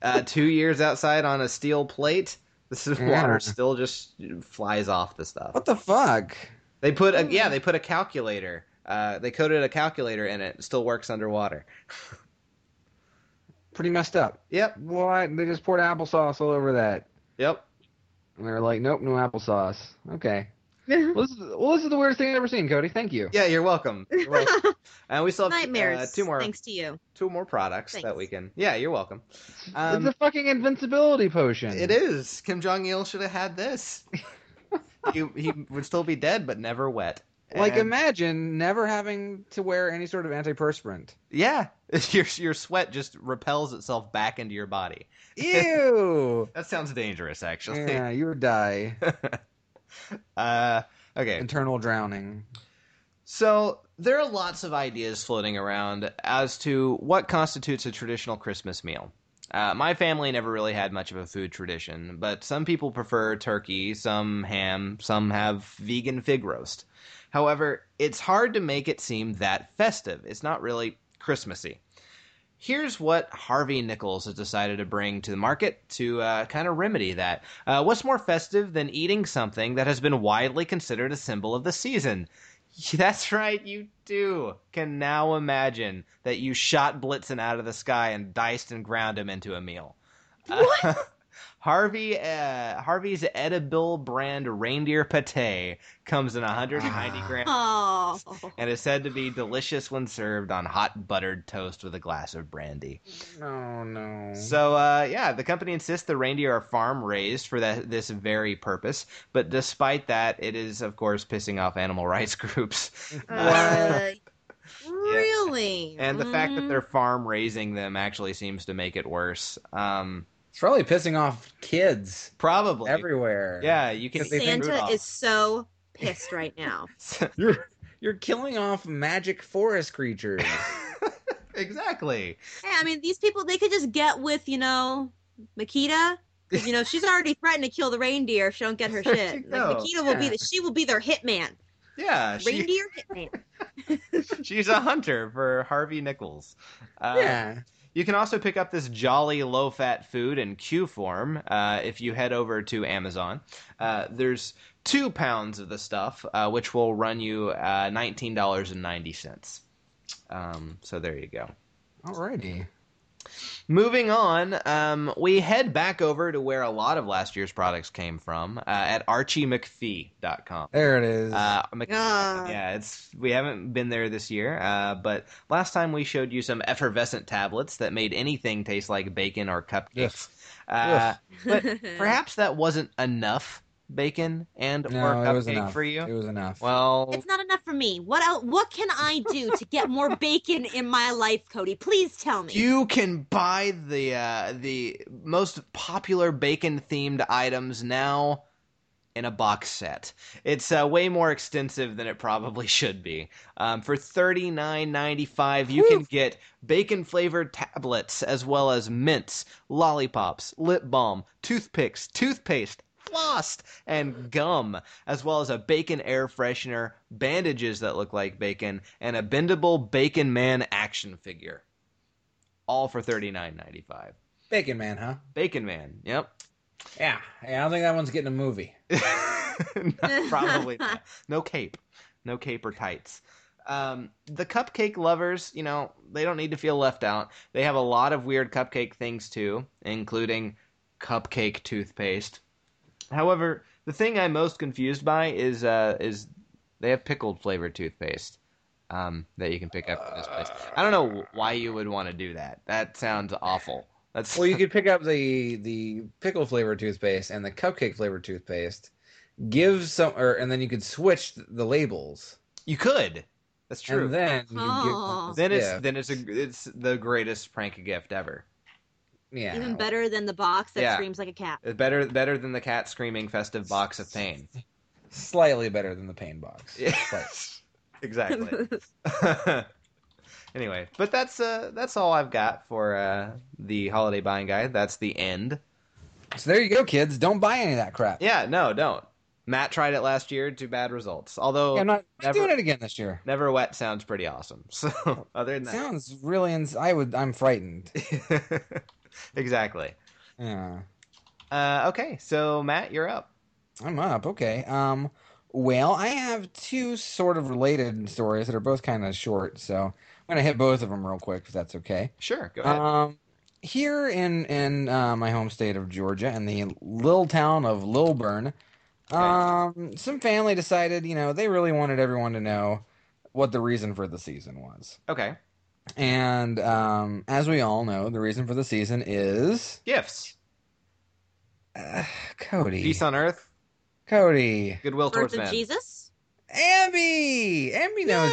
A: Uh, two years outside on a steel plate. This is water
C: Yeah.
A: still just flies off the stuff.
C: What the fuck?
A: They put a yeah, they put a calculator. Uh, they coated a calculator in it. it Still works underwater.
C: Pretty messed up.
A: Yep,
C: What? They just poured applesauce all over that.
A: yep.
C: And they were like, nope, no applesauce. Okay. Well, this is, well, this is the weirdest thing I've ever seen, Cody. Thank you.
A: Yeah, you're welcome. You're welcome. and we still have
B: Nightmares.
A: uh, two more
B: Thanks to you.
A: two more products
B: Thanks.
A: that we can. Yeah, you're welcome. Um,
C: it's a fucking invincibility potion.
A: It is. Kim Jong Il should have had this. he he would still be dead, but never wet.
C: Like,
A: And-
C: imagine never having to wear any sort of antiperspirant.
A: yeah, your your sweat just repels itself back into your body.
C: Ew.
A: That sounds dangerous, actually.
C: yeah, you would die.
A: Uh, okay.
C: Internal drowning.
A: So there are lots of ideas floating around as to what constitutes a traditional Christmas meal. Uh, my family never really had much of a food tradition, but some people prefer turkey, some ham, some have vegan fig roast. However, it's hard to make it seem that festive. It's not really Christmassy. Here's what Harvey Nichols has decided to bring to the market to uh, kind of remedy that. Uh, what's more festive than eating something that has been widely considered a symbol of the season? That's right, you do. Can now imagine that you shot Blitzen out of the sky and diced and ground him into a meal.
B: What?
A: Uh, Harvey uh, Harvey's edible brand reindeer pate comes in 190 grams
B: Oh,
A: and is said to be delicious when served on hot buttered toast with a glass of brandy.
C: No, no.
A: So uh, yeah, the company insists the reindeer are farm raised for that this very purpose, but despite that, it is of course pissing off animal rights groups.
C: Mm-hmm.
B: uh, really?
A: and the fact that
B: Mm.
A: they're farm raising them actually seems to make it worse. Um,
C: it's probably pissing off kids
A: probably.
C: everywhere.
A: yeah, you can.
C: Because they
A: eat
C: think
B: Santa
A: Rudolph.
B: is so pissed right now.
C: You're you're killing off magic forest creatures.
A: exactly.
B: Hey, I mean, these people, they could just get with, you know, Makita. 'Cause, You know, she's already threatened to kill the reindeer if she don't get her
A: There
B: shit.
A: you
B: Like,
A: go.
B: Makita will be the, she will be their hitman.
A: Yeah, she,
B: Reindeer hitman.
A: she's a hunter for Harvey Nichols. Uh,
C: yeah.
A: You can also pick up this jolly low fat food in Q form uh, if you head over to Amazon. Uh, there's two pounds of the stuff, uh, which will run you uh, $19.90. Um, so there you go.
C: Alrighty.
A: Moving on, um, we head back over to where a lot of last year's products came from uh, at archiemcphee.com.
C: There it is.
A: Uh, Mc-
B: Ah.
A: yeah, it's we haven't been there this year, uh, but last time we showed you some effervescent tablets that made anything taste like bacon or cupcakes.
C: Yes.
A: Uh, But Perhaps that wasn't enough bacon and
C: no,
A: or
C: it was
A: cupcake
C: enough.
A: for
C: It
A: you.
C: was enough.
A: Well,
B: it's not enough for me. What else, What can I do to get more bacon in my life, Cody? Please tell me.
A: You can buy the uh, the most popular bacon themed items now in a box set. It's uh, way more extensive than it probably should be. Um, for thirty nine ninety five, you can get bacon flavored tablets as well as mints, lollipops, lip balm, toothpicks, toothpaste. Floss and gum, as well as a bacon air freshener, bandages that look like bacon, and a bendable Bacon Man action figure all for thirty nine ninety five.
C: Bacon Man, huh?
A: Bacon Man. Yep.
C: Yeah. Yeah, I don't think that one's getting a movie.
A: Not- probably not. no cape, no cape or tights. Um, the cupcake lovers, you know, they don't need to feel left out. They have a lot of weird cupcake things too, including cupcake toothpaste. However, the thing I'm most confused by is uh, is they have pickled flavored toothpaste um, that you can pick up in this place. I don't know why you would want to do that. That sounds awful. That's
C: Well, you could pick up the the pickle flavored toothpaste and the cupcake flavored toothpaste. Give some, or and then you could switch the labels,
A: You could. That's true.
C: and then you
B: Oh.
C: give,
A: then it's
C: yeah,
A: then it's a it's the greatest prank gift ever.
C: yeah.
B: Even better than the box that
A: Yeah.
B: screams like a cat.
A: It's Uh, Better better than the cat screaming festive box of pain.
C: slightly better than the pain box.
A: Yeah.
C: But-
A: exactly. anyway, but that's uh that's all I've got for uh the holiday buying guide. That's the end.
C: so there you go, kids. Don't buy any of that crap.
A: Yeah, no, don't. Matt tried it last year, too bad results. Although
C: I'm not I'm
A: never-
C: doing it again this year.
A: never wet sounds pretty awesome. So other than that.
C: Sounds really. Ins- I would. I'm frightened.
A: exactly.
C: Yeah.
A: Uh okay, so Matt, you're up.
C: I'm up. Okay. Um. Well, I have two sort of related stories that are both kind of short, so I'm gonna hit both of them real quick if that's okay.
A: Sure, go ahead.
C: Um, here in in uh, my home state of Georgia, in the little town of Lilburn, um, some family decided, you know, they really wanted everyone to know what the reason for the season was.
A: okay.
C: And um, as we all know, the reason for the season is
A: Gifts.
C: uh, Cody.
A: Peace on earth,
C: Cody.
A: goodwill
B: Birth
A: towards
B: of
A: men.
B: Jesus.
C: Ambi. Ambi
B: Yay!
C: knows.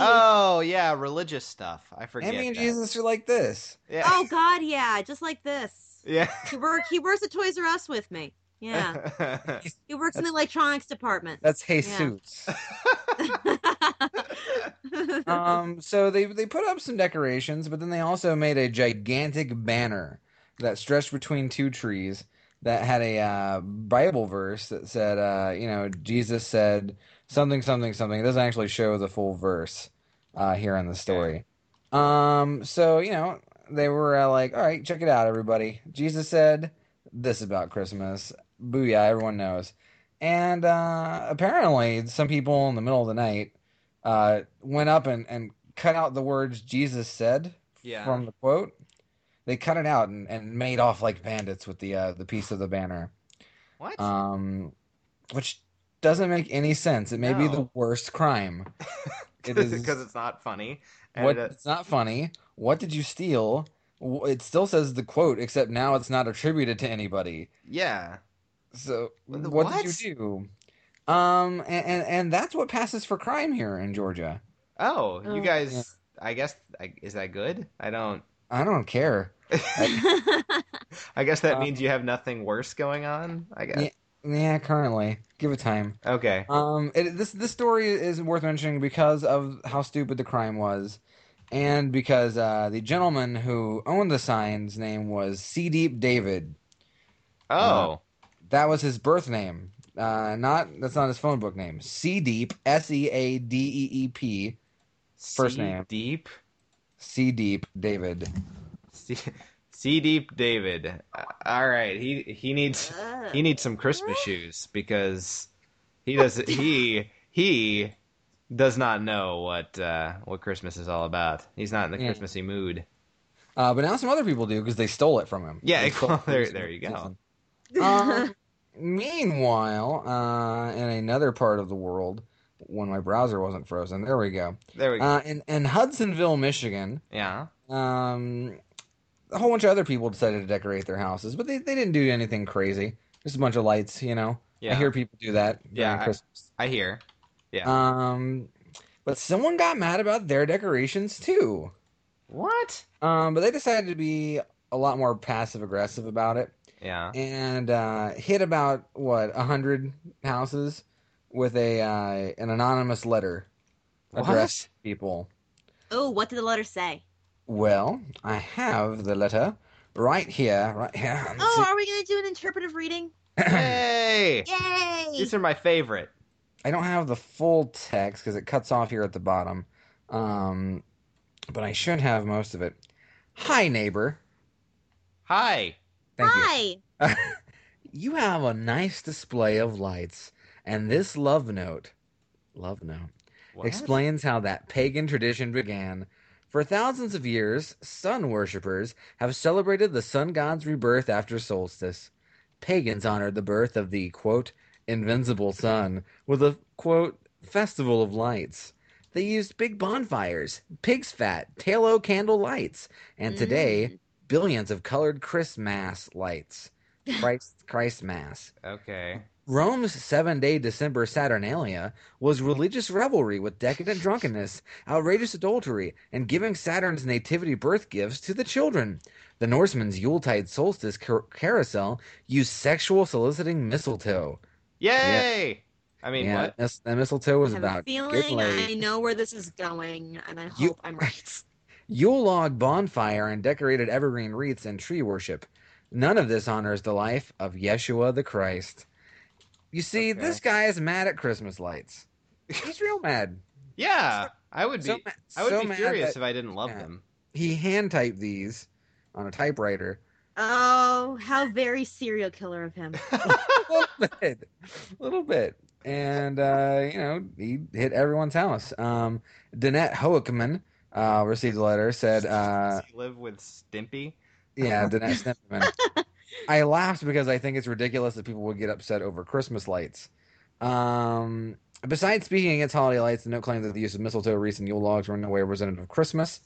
A: Oh yeah, religious stuff. I forget.
C: Ambi and
A: that.
C: Jesus are like "Oh, this.
A: Yeah.
B: oh God, yeah, just like this.
A: yeah.
B: He, work, he works at Toys R Us with me. Yeah. He works in the electronics department.
C: That's Jesus. um, so they they put up some decorations, but then they also made a gigantic banner that stretched between two trees that had a uh, Bible verse that said, uh, you know, Jesus said something, something, something. It doesn't actually show the full verse uh, here in the story. Um, so you know, they were uh, like, all right, check it out, everybody. Jesus said this about Christmas. Booyah! Everyone knows. And uh, apparently, some people in the middle of the night uh, went up and, and cut out the words Jesus said
D: Yeah.
C: from the quote. They cut it out and, and made off like bandits with the uh, the piece of the banner,
D: what?
C: um, which doesn't make any sense. It may be the
D: No.
C: worst crime. it
A: Because
C: is
A: it's not funny. And
C: what,
A: it-
C: it's not funny. What did you steal? W- It still says the quote, except now it's not attributed to anybody.
A: yeah.
C: So
A: What the-
C: what, did you do? Um, and, and and that's what passes for crime here in Georgia.
A: Oh,
B: Oh.
A: you guys. I guess I, is that good? I don't.
C: I don't care.
A: I guess that
C: Uh,
A: means you have nothing worse going on. I guess.
C: Yeah, currently, give it time.
A: Okay.
C: Um, it, this this story is worth mentioning because of how stupid the crime was, and because uh, the gentleman who owned the sign's name was C. Deep David. uh,
A: Oh.
C: That was his birth name. Uh, not that's not his phone book name. C. Deep S E A D E E P first
A: C
C: name.
A: Deep.
C: C. Deep David.
A: C, C Deep David. Uh, All right. He he needs he needs some Christmas shoes because he does he he does not know what uh, what Christmas is all about. He's not in the
C: Yeah.
A: Christmassy mood.
C: Uh, but now some other people do because they stole it from him.
A: Yeah,
C: They stole it from
A: there-
C: his
A: there you go.
C: season.
B: Uh,
A: uh,
C: Um, meanwhile, uh, in another part of the world, when my browser wasn't frozen, there we go.
A: There we go.
C: Uh, in, in Hudsonville, Michigan,
A: yeah.
C: um, a whole bunch of other people decided to decorate their houses, but they, they didn't do anything crazy. Just a bunch of lights, you know.
A: Yeah.
C: I hear people do that during
A: Yeah, I-
C: Christmas.
A: I hear. yeah.
C: Um, but someone got mad about their decorations too.
A: What?
C: Um, but they decided to be a lot more passive aggressive about it
A: Yeah.
C: and uh, hit about what a hundred houses with a uh, an anonymous letter
A: What?
C: addressed to people.
B: oh, what did the letter say?
C: Well, I have the letter right here, right here.
B: Oh, are we gonna do an interpretive reading?
A: Hey.
B: Yay!
A: These are my favorite.
C: I don't have the full text because it cuts off here at the bottom, um, but I should have most of it. Hi, neighbor.
A: Hi.
C: Thank you.
B: Hi.
C: You have a nice display of lights, and this love note, love note,
A: What?
C: explains how that pagan tradition began. For thousands of years, sun worshippers have celebrated the sun god's rebirth after solstice. Pagans honored the birth of the, quote, invincible sun with a, quote, festival of lights. They used big bonfires, pig's fat, tallow candle lights, and today,
B: Mm,
C: billions of colored Christmas lights. Christ, Christmas.
A: Okay.
C: Rome's seven day December Saturnalia was religious revelry with decadent drunkenness, outrageous adultery, and giving Saturn's nativity birth gifts to the children. The Norsemen's Yuletide solstice car- carousel used sexual soliciting mistletoe.
A: Yay. I mean,
C: yeah,
A: what?
C: mis- that mistletoe was
B: I have a
C: about getting
B: feeling
C: laid.
B: I know where this is going, and I hope
C: You-
B: I'm right.
C: Yule log bonfire and decorated evergreen wreaths and tree worship. None of this honors the life of Yeshua the Christ. You see,
A: Okay.
C: this guy is mad at Christmas lights. He's real mad.
A: Yeah. I would be.
C: so ma-
A: I would
C: so
A: be
C: mad
A: furious
C: that
A: if I didn't love
C: Yeah.
A: them.
C: he hand typed these on a typewriter.
B: Oh, how very serial killer of him.
C: A little bit, a little bit, and uh, you know he hit everyone's house. Um, Danette Hoekman uh, received a letter said. Uh,
A: Does he live with Stimpy?
C: Yeah, the next Sniffman. I laughed because I think it's ridiculous that people would get upset over Christmas lights. Um, besides speaking against holiday lights, the note claimed that the use of mistletoe wreaths and Yule logs were in no way representative of Christmas.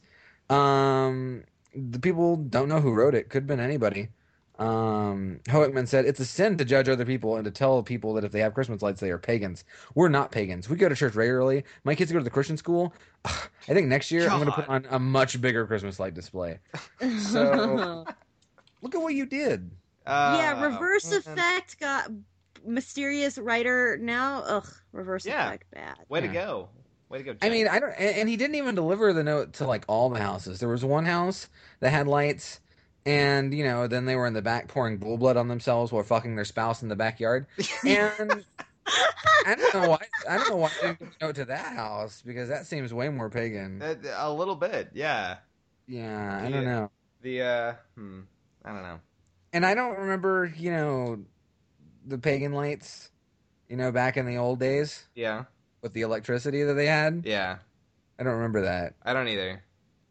C: Um, the people don't know who wrote it. Could have been anybody. Um, Hoekman said, It's a sin to judge other people and to tell people that if they have Christmas lights, they are pagans. We're not pagans. We go to church regularly. My kids go to the Christian school. Ugh, I think next year I'm going to put on a much bigger Christmas light display. So- Look at what you did.
A: Uh,
B: yeah, Reverse
C: hmm.
A: man.
B: Effect got mysterious writer now. Ugh, Reverse
A: Yeah.
B: Effect bad.
A: Way to
C: Yeah.
A: go. Way to go.
C: I
A: Jack.
C: mean, I don't. And and he didn't even deliver the note to like all the houses. There was one house that had lights, and you know, then they were in the back pouring bull blood on themselves while fucking their spouse in the backyard. And I don't know why. I don't know why they didn't give a note to that house because that seems way more pagan.
A: That- a little bit. Yeah.
C: yeah, I
A: Yeah.
C: don't know.
A: The uh hmm, I don't know.
C: And I don't remember, you know, the pagan lights. You know, back in the old days
A: Yeah.
C: with the electricity that they had.
A: Yeah.
C: I don't remember that.
A: I don't either.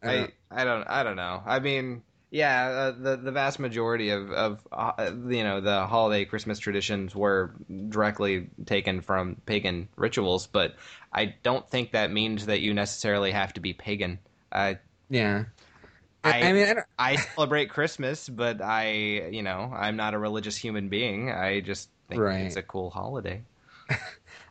C: I don't-
A: I I don't I don't know. I mean, yeah, uh, the the vast majority of of uh, you know the holiday Christmas traditions were directly taken from pagan rituals, but I don't think that means that you necessarily have to be pagan. I
C: yeah. I,
A: I-
C: I mean, I don't,
A: I celebrate Christmas, but I you know I'm not a religious human being. I just think
C: Right.
A: it's a cool holiday.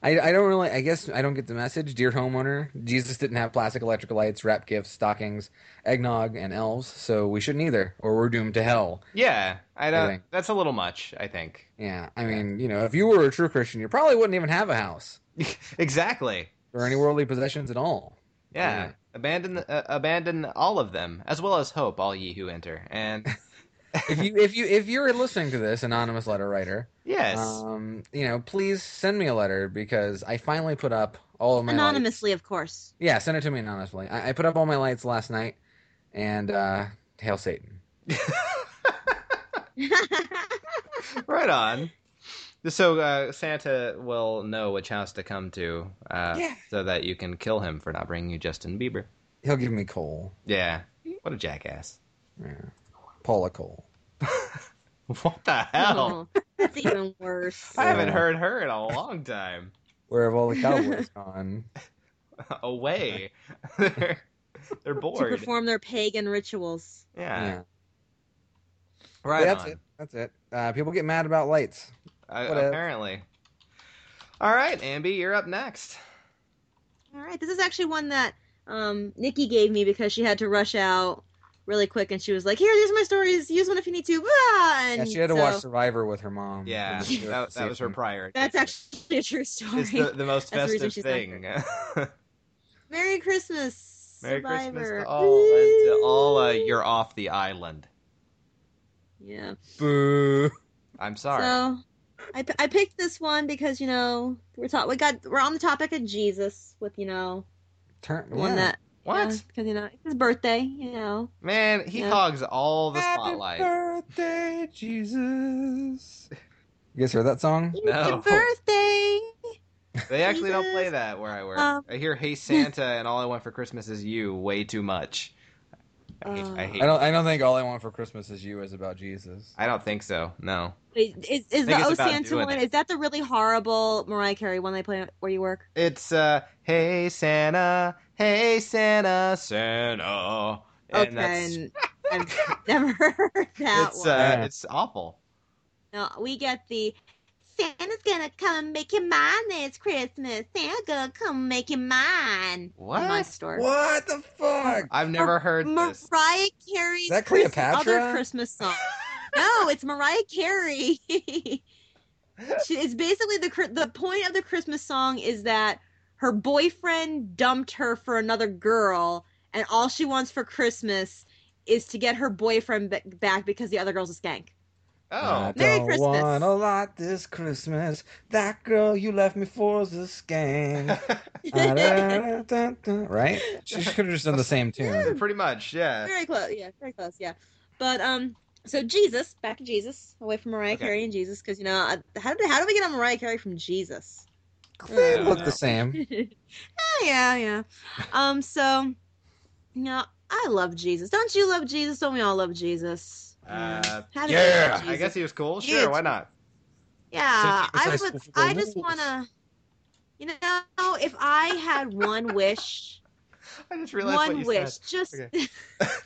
C: I, I don't really. I guess I don't get the message. Dear homeowner, Jesus didn't have plastic electric lights, wrap gifts, stockings, eggnog, and elves, so we shouldn't either, or we're doomed to hell.
A: Yeah, I don't.
C: think-
A: That's a little much. I think
C: Yeah, I mean, you know, if you were a true Christian, you probably wouldn't even have a house
A: exactly.
C: or any worldly possessions at all.
A: Yeah.
C: Yeah.
A: Abandon uh, abandon all of them, as well as hope, all ye who enter. And
C: If you if you if you're listening to this anonymous letter writer,
A: yes,
C: um, you know, please send me a letter because I finally put up all of my lights-
B: Anonymously, of course.
C: Yeah, send it to me anonymously. I, I put up all my lights last night, and uh, hail Satan.
A: right on. So uh, Santa will know which house to come to, uh,
C: Yeah.
A: so that you can kill him for not bringing you Justin Bieber.
C: He'll give me coal.
A: Yeah, what a jackass!
C: Yeah. Paula Cole.
A: What the hell?
B: Oh, that's even worse.
A: I haven't
C: Yeah.
A: heard her in a long time.
C: Where have all the cowboys gone?
A: Away, they're, they're
B: To
A: bored.
B: perform their pagan rituals.
A: Yeah.
C: Yeah.
A: right
C: that's
A: on.
C: it. That's it. Uh, people get mad about lights.
A: Uh,
C: Whatever.
A: apparently. All right, Amby, you're up next.
B: All right, this is actually one that um, Nikki gave me because she had to rush out really quick, and she was like, "Here, these are my stories. Use one if you need to." Ah,
C: Yeah,
B: and
C: she had to
B: so-
C: watch Survivor with her mom.
A: Yeah,
C: She didn't do it
A: that,
C: this
A: that was her
C: season.
A: prior.
B: That's actually a true story.
A: it's the, the most
B: That's the reason
A: festive
B: she's not
A: thing.
B: Merry Christmas,
A: Merry
B: Survivor.
A: Christmas to all, and to all. Uh, you're off the island.
B: Yeah.
C: Boo.
A: I'm sorry.
B: So, I, p- I picked this one because you know we're ta- we got we're on the topic of Jesus with you know
C: Turn,
B: the one that
A: what
B: because you know it's his birthday you know
A: man? He
B: Yeah.
A: hogs all the
C: Happy
A: spotlight.
C: birthday, Jesus. You guys heard that song?
A: No.
B: It's your birthday.
A: They actually don't play
B: Jesus.
A: that where I work.
B: Um,
A: I hear "Hey Santa" and "All I Want for Christmas Is You" way too much. I hate. I,
B: Uh,
A: hate
C: I don't. I don't think all I want for Christmas is you is about Jesus.
A: I don't think so. No,
B: Wait, is, is the
A: it's
B: O
A: about
B: Santa
A: doing
B: one?
A: it.
B: Is that the really horrible Mariah Carey one they play where you work?
A: it's uh, "Hey Santa, Hey Santa, Santa," and that's
B: okay, and I've never heard that
A: it's
B: one.
A: uh,
C: Yeah.
A: it's awful.
B: No, we get the Santa's gonna come make you mine this Christmas. Santa gonna come make you mine.
A: What?
B: In Oh my store.
C: What the fuck?
A: I've never heard this.
B: Mariah Carey's
C: Is that
B: Christ-
C: Cleopatra?
B: other Christmas song. no, it's Mariah Carey. she, it's basically the cr- the point of the Christmas song is that her boyfriend dumped her for another girl, and all she wants for Christmas is to get her boyfriend ba- back because the other girl's a skank.
A: Oh,
C: I
B: Merry
C: don't
B: Christmas.
C: want a lot this Christmas. That girl you left me for is a skank. Ah-da-da-da-da. right? She could have just done the same tune.
A: pretty much, yeah.
B: very close yeah very close yeah but um so jesus back to jesus away from mariah
A: Okay.
B: carey and jesus because you know I, how, did, how do we get on mariah carey from jesus
C: They
B: Uh,
A: don't
C: look
A: know.
C: the same.
B: oh, yeah yeah um so you know i love jesus don't you love jesus don't we all love jesus
A: Uh,
B: How do we
A: yeah,
B: love
A: I
B: Jesus?
A: guess he was cool.
B: Yeah,
A: Sure, why not?
B: Yeah,
C: Take
B: I
C: exercise
B: would.
C: for the
B: I
C: rules.
B: just want to. You know, if I had one wish,
A: I just realized what
B: one
A: you
B: wish,
A: said.
B: just
A: Okay.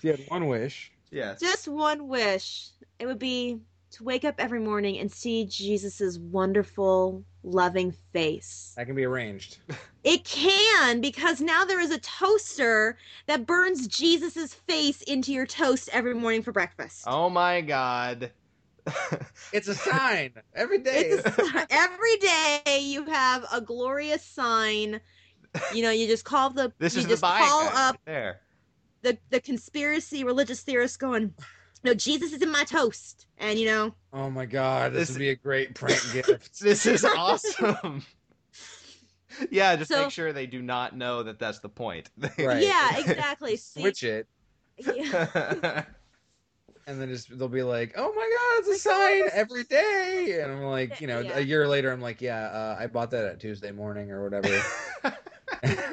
C: She had one wish.
A: Yes.
B: just one wish, it would be to wake up every morning and see Jesus's wonderful, loving face.
C: That can be arranged.
B: It can because now there is a toaster that burns Jesus's face into your toast every morning for breakfast.
A: Oh my God.
C: It's a sign every day.
B: It's a- every day you have a glorious sign. You know, you just call the
A: This
B: you
A: is the
B: just
A: buying
B: call
A: guide
B: up
A: right there.
B: the the conspiracy religious theorists going, "No, Jesus is in my toast," and you know,
C: oh my god, this,
A: This-
C: would be a great prank gift.
A: This is awesome. yeah, just
B: So-
A: make sure they do not know that that's the point.
C: Right.
B: yeah, exactly. See,
C: Switch it,
B: yeah.
C: and then just they'll be like, "Oh my god, it's a
B: My God.
C: sign every day." And I'm like, you know,
B: Yeah.
C: a year later, I'm like, "Yeah, uh, I bought that at Tuesday morning or whatever."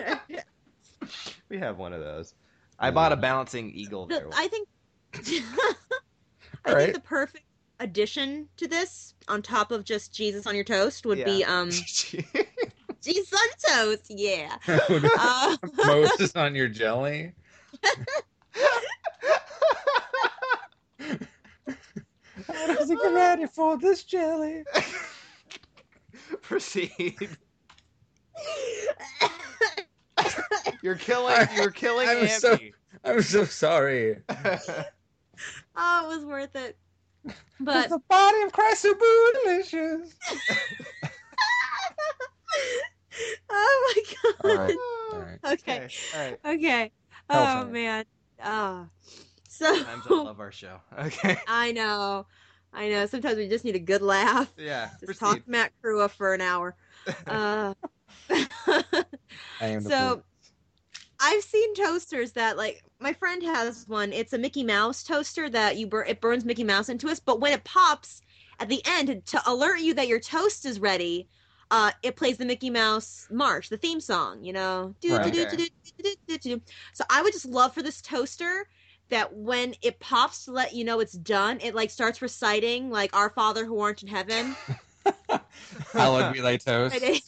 A: we have one of those. I bought a
C: Yeah.
A: balancing eagle
B: The-
A: there.
B: I think I
C: All right.
B: think the perfect addition to this, on top of just Jesus on your toast, would be um Jesus on toast. Yeah. Uh,
C: Moses on your jelly. What is it ready for this jelly?
A: Proceed. You're killing. You're killing
C: I was so-
A: Andy.
C: I'm so sorry.
B: oh, it was worth it. But
C: the body of Christ so boo delicious.
B: oh my
C: All
B: god.
C: right. All right.
B: Okay.
A: All right.
B: Okay.
C: Hellfire.
B: Oh man. Oh. So
A: Times I love our show. Okay.
B: I know. I know. Sometimes we just need a good laugh.
A: Yeah. Proceed.
B: Just talk Matt Crua for an hour. Uh,
C: I am the
B: So-
C: fool.
B: I've seen toasters that like my friend has one. It's a Mickey Mouse toaster that you bur- it burns Mickey Mouse into us, but when it pops at the end to alert you that your toast is ready, uh, it plays the Mickey Mouse march, the theme song. You know, do do
C: Right.
B: do do do do do do. So I would just love for this toaster that when it pops to let you know it's done, it like starts reciting like Our Father who art in heaven.
C: Hallowed be thy toast.
B: And it-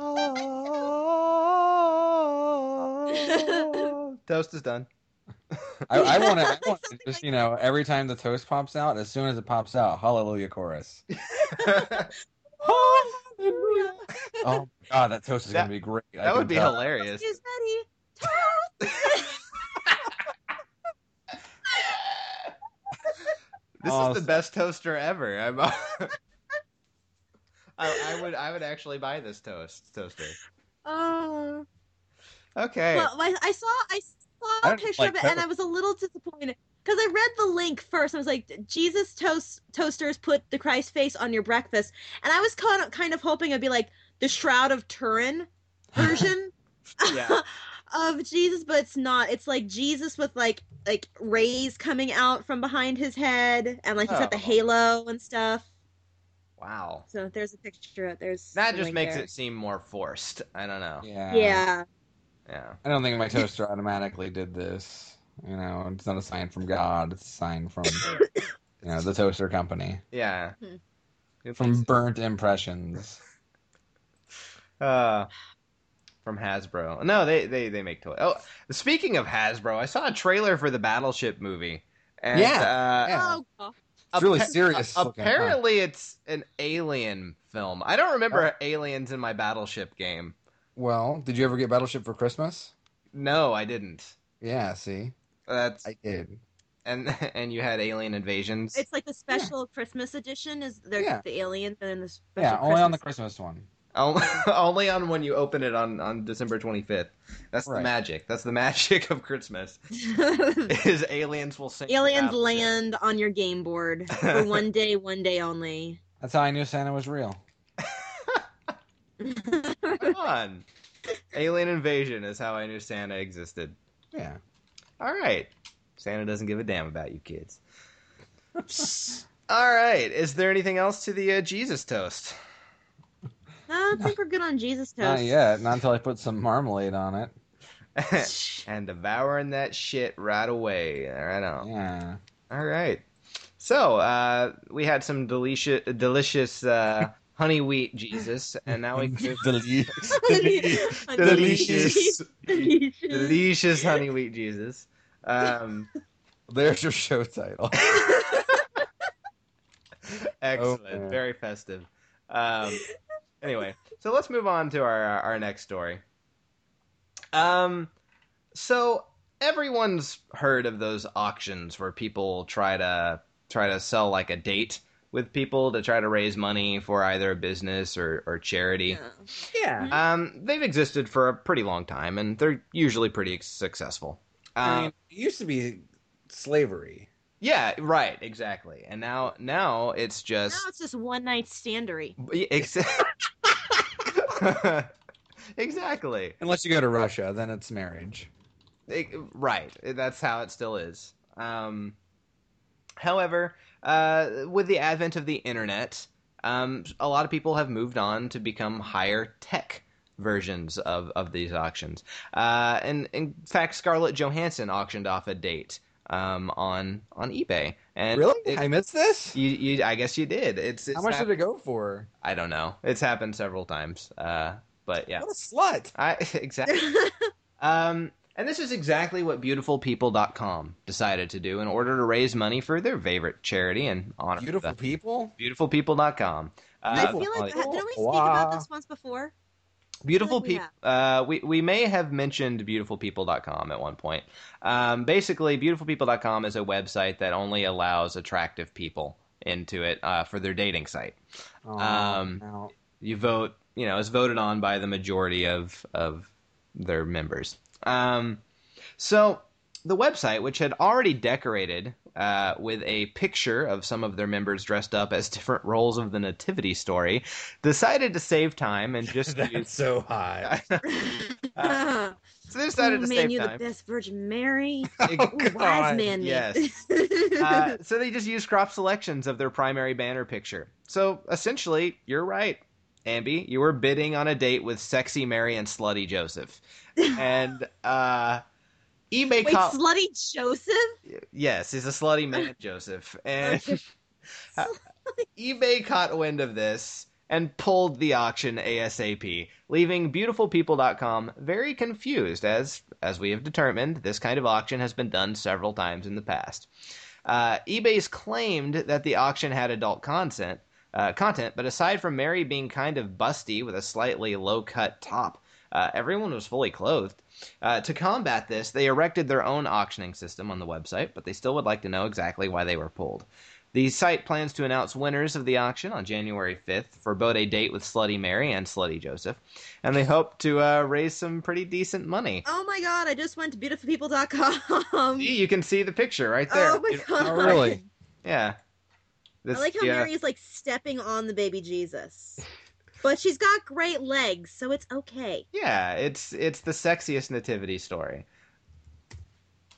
C: Oh.
A: Toast is done.
C: I, I want to I wanna just, you know, every time the toast pops out, as soon as it pops out, hallelujah chorus.
A: that
C: Hallelujah. Oh, my God, that toast is going
A: That-
C: to be great. I can
A: would be
C: tell.
A: hilarious.
B: Is ready.
A: This is
C: Awesome.
A: the best toaster ever. I'm, I, I would I would actually buy this toast toaster.
B: Oh.
A: Okay.
B: Well, my, I saw
C: I
B: I saw a
C: don't
B: picture
C: like
B: of it,
C: that.
B: and I was a little disappointed because I read the link first. I was like, Jesus toast toasters put the Christ face on your breakfast, and I was kind of, kind of hoping it'd be like the Shroud of Turin version
A: Yeah.
B: of Jesus, but it's not. It's like Jesus with like like rays coming out from behind his head, and like he's got the
A: Oh.
B: halo and stuff.
A: wow.
B: So there's a picture. There's
A: That
B: a
A: just
B: link
A: makes
B: there.
A: it seem more forced. I don't know.
C: Yeah.
B: Yeah.
A: Yeah.
C: I don't think my toaster automatically did this. You know, it's not a sign from God. It's a sign from, you know, the toaster company.
A: Yeah.
B: Hmm.
A: Good
C: From
A: place.
C: burnt impressions.
A: uh, from Hasbro. No, they they they make toys. Oh, speaking of Hasbro, I saw a trailer for the Battleship movie. And,
C: Yeah.
A: Uh,
C: Yeah.
B: Oh, God.
C: It's really
A: appa-
C: serious looking, huh?
A: Apparently, it's an alien film. I don't
C: Oh.
A: remember aliens in my Battleship game.
C: Well, did you ever get Battleship for Christmas?
A: No, I didn't.
C: Yeah, see?
A: That's
C: I did.
A: and and you had alien invasions.
B: It's like the special Christmas edition. Is there
C: Yeah.
B: the aliens and then the special
C: Yeah, only on the
B: Christmas-
C: Christmas one.
A: only, only on when you open it on on December twenty fifth. That's the
C: Right.
A: magic. That's the magic of Christmas. Is aliens will sink. the
B: aliens
A: battleship.
B: land on your game board for one day, one day only.
C: That's how I knew Santa was real.
A: Come on. Alien invasion is how I knew Santa existed.
C: Yeah.
A: All right. Santa doesn't give a damn about you kids. All right. Is there anything else to the uh, Jesus toast?
B: I don't think we're good on Jesus toast.
C: Not yet. Not until I put some marmalade on it.
A: and devouring that shit right away. Right
C: Oh.
A: on.
C: Yeah.
A: All right. So uh, we had some delicious, delicious uh, honey wheat Jesus, and now we can
C: Delicious.
B: Delicious.
A: delicious,
B: Delicious.
A: delicious honey wheat Jesus. Um,
C: There's your show title.
A: Excellent.
C: Oh, man.
A: Very festive. Um, anyway, so let's move on to our our next story. Um, so everyone's heard of those auctions where people try to try to sell like a date with people to try to raise money for either a business or, or charity.
B: Yeah.
C: Yeah.
A: Um, they've existed for a pretty long time, and they're usually pretty successful.
C: I
A: Um,
C: mean, it used to be slavery.
A: yeah, right, exactly. And now, now it's
B: Now
A: just e,
B: it's just one night standery.
A: ex- exactly
C: Unless you go to Russia, then it's marriage.
A: It- right. eh, That's how it still is. Um, however, uh, with the advent of the internet, um, a lot of people have moved on to become higher tech versions of, of these auctions. Uh, and in fact, Scarlett Johansson auctioned off a date um, on on eBay. And it-
C: I missed this?
A: you, you, I guess you did. It's, it's
C: How much
A: hap-
C: did it go for?
A: I don't know. It's happened several times. Uh, but yeah,
C: What a slut.
A: I exactly. Um, and this is exactly what beautifulpeople.com decided to do in order to raise money for their favorite charity and honor
C: Beautiful
A: the-
C: people.
A: beautifulidn't
B: I
A: Uh,
B: feel like
C: Beautiful.
B: didn't we speak
C: Wow.
B: about this once before?
A: beautiful
B: feel like
A: people.
B: we
A: Uh, we we may have mentioned beautifulpeople.com at one point. Um, basically, beautifulpeople.com is a website that only allows attractive people into it uh, for their dating site.
C: Oh,
A: Um,
C: no.
A: you vote you know is voted on by the majority of of their members um so the website which had already decorated uh, with a picture of some of their members dressed up as different roles of the nativity story decided to save time and just
C: That's
A: use
C: so high.
A: Uh, so they decided
B: Ooh,
A: to
B: man,
A: save
B: you the
A: time
B: best Virgin Mary.
A: Ex-
B: Ooh, wise man. me.
A: yes. uh, so they just use crop selections of their primary banner picture. So essentially, you're right, Ambi. You were bidding on a date with sexy Mary and slutty Joseph, and uh, eBay.
B: Wait,
A: com-
B: slutty Joseph?
A: yes, he's a slutty man, Joseph, and Uh, eBay caught wind of this and pulled the auction ASAP, leaving beautifulpeople.com very confused as as we have determined, this kind of auction has been done several times in the past. Uh, eBay's claimed that the auction had adult content, uh, content, but aside from Mary being kind of busty with a slightly low-cut top, uh, everyone was fully clothed. Uh, to combat this, they erected their own auctioning system on the website, but they still would like to know exactly why they were pulled. The site plans to announce winners of the auction on January 5th for both a date with Slutty Mary and Slutty Joseph, and they hope to uh, raise some pretty decent money.
B: oh my god, I just went to beautifulpeople.com.
A: See, you can see the picture right there.
B: Oh my god.
C: Oh, really?
A: Yeah.
B: I
A: This,
B: like how
A: yeah.
B: Mary is like stepping on the baby Jesus. But she's got great legs, so it's okay.
A: Yeah, it's it's the sexiest nativity story.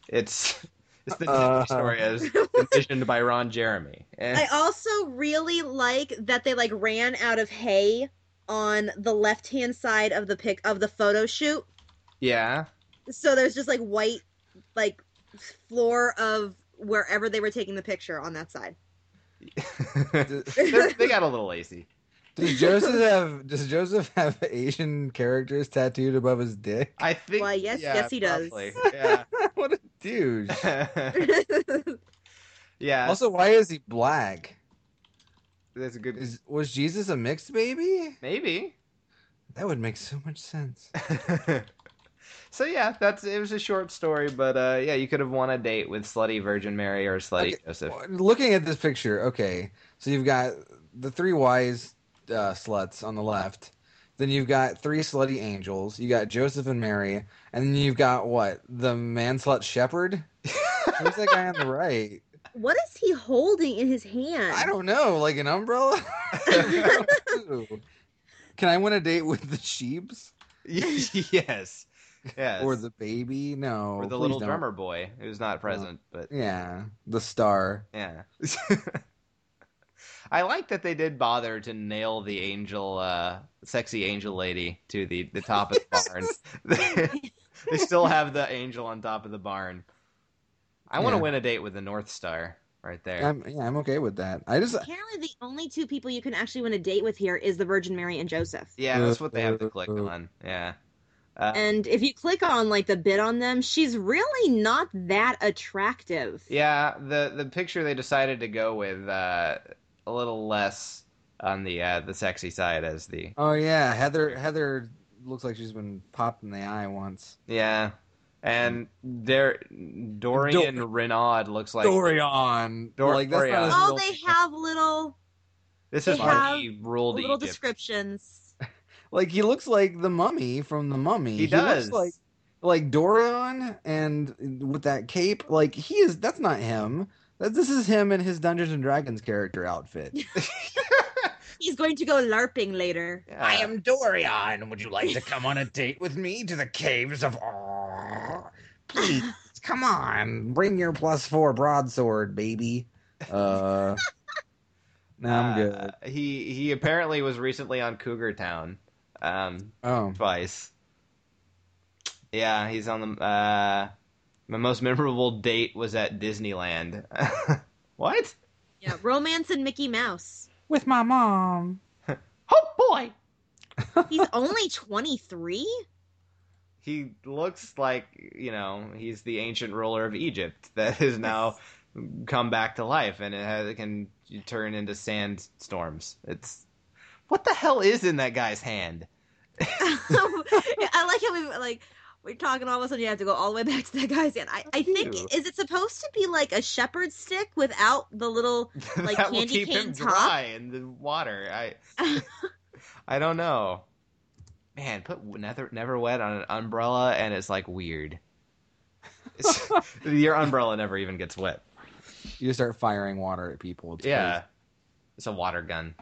A: It's it's the
C: Uh.
A: nativity story as envisioned by Ron Jeremy. Eh,
B: I also really like that they like ran out of hay on the left hand side of the pic of the photo shoot.
A: yeah.
B: So there's just like white like floor of wherever they were taking the picture on that side.
A: They're- they got a little lazy.
C: Does Joseph have Does Joseph have Asian characters tattooed above his dick?
A: I think
B: Why, yes-
A: yeah,
B: yes, he does.
A: probably.
C: what a douche!
A: Yeah. yeah.
C: also, why is he black?
A: that's a good
C: Is was Jesus a mixed baby?
A: maybe.
C: That would make so much sense.
A: so yeah, that's it was a short story, but uh yeah, you could have won a date with slutty Virgin Mary or slutty
C: Okay,
A: Joseph.
C: Looking at this picture, okay, so you've got the three wise uh, sluts on the left. Then you've got three slutty angels. You got Joseph and Mary, and then you've got what the man slut shepherd. Who's that guy on the right?
B: what is he holding in his hand?
C: I don't know, like an umbrella. Ooh. Can I win a date with the sheeps
A: yes. Yes.
C: or the baby? No,
A: or the
C: Oh, please
A: little
C: don't.
A: drummer boy who's not present, but
C: Yeah, the star.
A: yeah. I like that they did bother to nail the angel, uh, sexy angel lady to the, the top of the barn. they still have the angel on top of the barn. I want to
C: Yeah.
A: win a date with the North Star right there.
C: I'm, yeah, I'm okay with that. I just
B: Apparently the only two people you can actually win a date with here is the Virgin Mary and Joseph.
A: yeah, that's what they have to click
C: Uh,
A: on. Yeah. Uh,
B: And if you click on like the bid on them, she's really not that attractive.
A: Yeah, the the picture they decided to go with uh, a little less on the uh, the sexy side as the
C: Oh yeah, Heather. Heather looks like she's been popped in the eye once.
A: yeah. And
C: Mm.
A: there, Dorian Renaud looks like
C: Dorian.
A: Dor-
C: like that's
A: Dorian.
C: not his
B: Oh,
C: real-
B: they have little
A: this
B: they
A: is when
B: have
A: he ruled
B: little
A: Egypt.
B: descriptions.
C: like he looks like the mummy from the mummy.
A: He does.
C: looks like like Dorian and with that cape. Like he is. That's not him. That this is him in his Dungeons and Dragons character outfit.
B: He's going to go LARPing later.
A: Yeah.
C: Dorian. Would you like to come on a date with me to the caves of Arr? Please, come on. Bring your plus four broadsword, baby. Uh, no, I'm
A: Uh,
C: good.
A: He he apparently was recently on Cougar Town, um,
C: Oh,
A: twice. Yeah, he's on the. Uh, my most memorable date was at Disneyland. what?
B: Yeah, romance and Mickey Mouse.
C: with my mom.
A: Oh boy!
B: He's only 23?
A: He looks like you know he's the ancient ruler of Egypt that has now come back to life and it, has, it can turn into sandstorms. It's what the hell is in that guy's hand?
B: I like how we like we're talking all of a sudden you have to go all the way back to that guy's hand. I, I think
A: Ew.
B: is it supposed to be like a shepherd's stick without the little Like
A: that will
B: candy
A: keep him
B: cane top?
A: dry in the water. I I don't know. Man, put never never wet on an umbrella and it's like weird. It's, your umbrella never even gets wet.
C: You just start firing water at people. It's
A: Yeah. It's a water gun.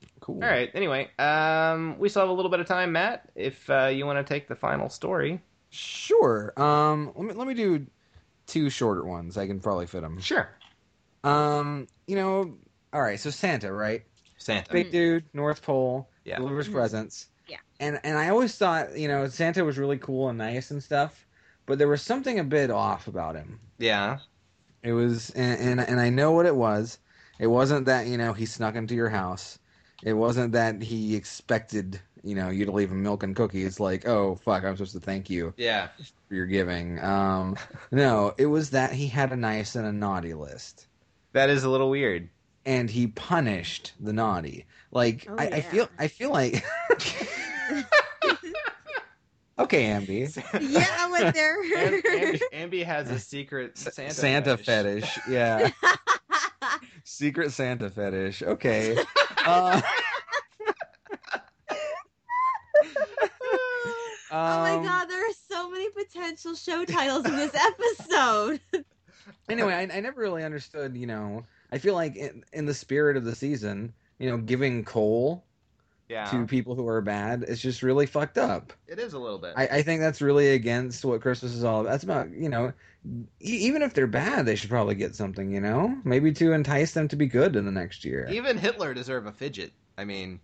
C: crazy. cool.
A: All right. Anyway, um, we still have a little bit of time, Matt. If uh, you want to take the final story,
C: Sure. Um, let me let me do two shorter ones. I can probably fit them.
A: sure.
C: Um, you know, all right. So Santa, right?
A: Santa.
C: Big dude, North Pole,
A: Mm-hmm. Yeah.
C: delivers
B: Mhm.
C: presents.
B: Yeah.
C: And and I always thought, you know, Santa was really cool and nice and stuff, but there was something a bit off about him.
A: Yeah.
C: It was, and and, and I know what it was. It wasn't that you know he snuck into your house. It wasn't that he expected you know you to leave him milk and cookies. Like, oh fuck, I'm supposed to thank you
A: Yeah.
C: for your giving. Um, no, it was that he had a nice and a naughty list
A: That is a little weird.
C: and he punished the naughty. Like
B: Oh,
C: I, I
B: yeah.
C: feel I feel like Okay, Ambi.
B: yeah, I went there.
A: Am- Ambi, Ambi has a secret Santa,
C: Santa, fetish. Yeah. Secret Santa fetish. Okay. Uh,
B: oh my
C: um,
B: god, there are so many potential show titles in this episode.
C: Anyway, I, I never really understood, you know, I feel like in, in the spirit of the season, you know, giving coal
A: Yeah.
C: to people who are bad is just really fucked up.
A: It is a little bit.
C: I, I think that's really against what Christmas is all about. That's about, you know, e- even if they're bad, they should probably get something, you know? Maybe to entice them to be good in the next year.
A: Even Hitler deserved a fidget. I mean,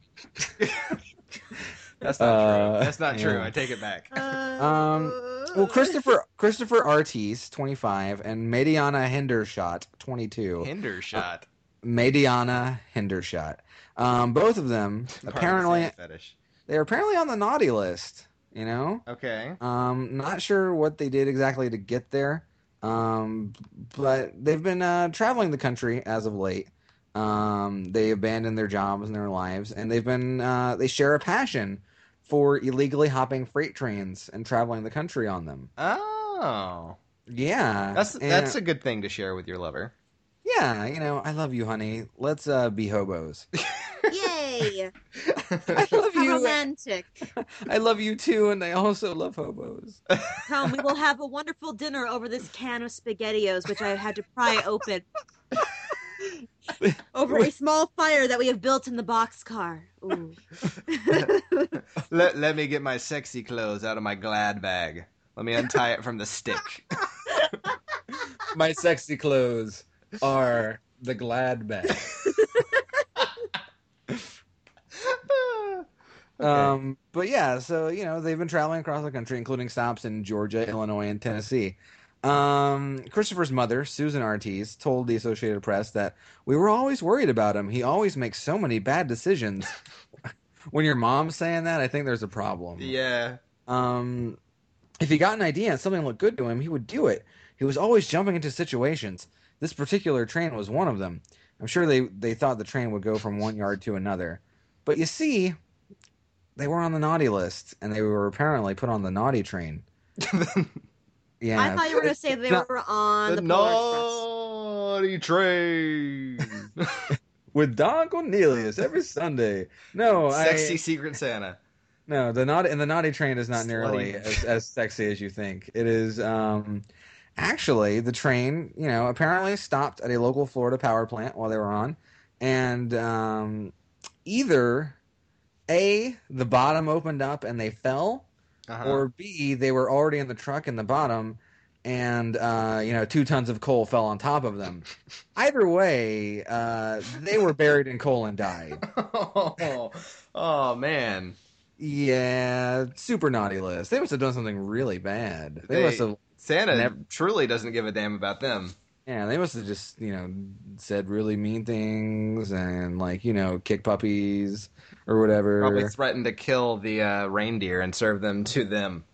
A: that's not
C: Uh,
A: true. That's not true.
C: yeah.
A: I take it back.
C: Um, Well, Christopher Christopher Artis, 25, and Mediana Hendershot, 22.
A: Hinder shot.
C: Uh, Mediana Hendershot. Um, both of them,
A: Part of the
C: apparently,
A: Santa fetish.
C: they're apparently on the naughty list, you know?
A: Okay.
C: Um, not sure what they did exactly to get there, um, but they've been uh, traveling the country as of late. Um, they abandoned their jobs and their lives, and they've been uh, they share a passion for illegally hopping freight trains and traveling the country on them.
A: Oh,
C: Yeah,
A: that's
C: and-
A: that's a good thing to share with your lover.
C: yeah. You know, I love you, honey. Let's uh, be hobos.
B: Yay!
C: I love
B: How
C: you.
B: romantic.
C: I love you too, and I also love hobos.
B: Come, we will have a wonderful dinner over this can of spaghettios, which I had to pry open over a small fire that we have built in the boxcar. Ooh.
A: let let me get my sexy clothes out of my glad bag. Let me untie it from the stick.
C: My sexy clothes are the glad bag. Um, but yeah, so you know they've been traveling across the country, including stops in Georgia, Illinois, and Tennessee. Um, Christopher's mother, Susan Ortiz, told the Associated Press that we were always worried about him. He always makes so many bad decisions. when your mom's saying that, I think there's a problem.
A: yeah.
C: Um, if he got an idea and something looked good to him, he would do it. He was always jumping into situations. This particular train was one of them. I'm sure they, they thought the train would go from one yard to another. But you see, they were on the naughty list, and they were apparently put on the naughty train. Yeah.
B: I thought you were gonna say they
C: not-
B: were on the, Polar Express.
A: naughty train.
C: with Don Cornelius every Sunday. No,
A: Sexy
C: Oh, I,
A: Secret Santa.
C: no, the naughty and the naughty train is not nearly
A: Slutty.
C: as, as sexy as you think. It is um, actually the train. You know, apparently stopped at a local Florida power plant while they were on, and um, either a the bottom opened up and they fell,
A: Uh-huh.
C: or B, they were already in the truck in the bottom, and uh, you know, two tons of coal fell on top of them. Either way, uh, they were buried in coal and died.
A: oh, oh, man.
C: Yeah, super naughty list. They must have done something really bad. They,
A: They-
C: must have.
A: Santa
C: Never-
A: truly doesn't give a damn about them.
C: Yeah, they must have just you know said really mean things and like you know kick puppies or whatever.
A: Probably threatened to kill the uh, reindeer and serve them to them.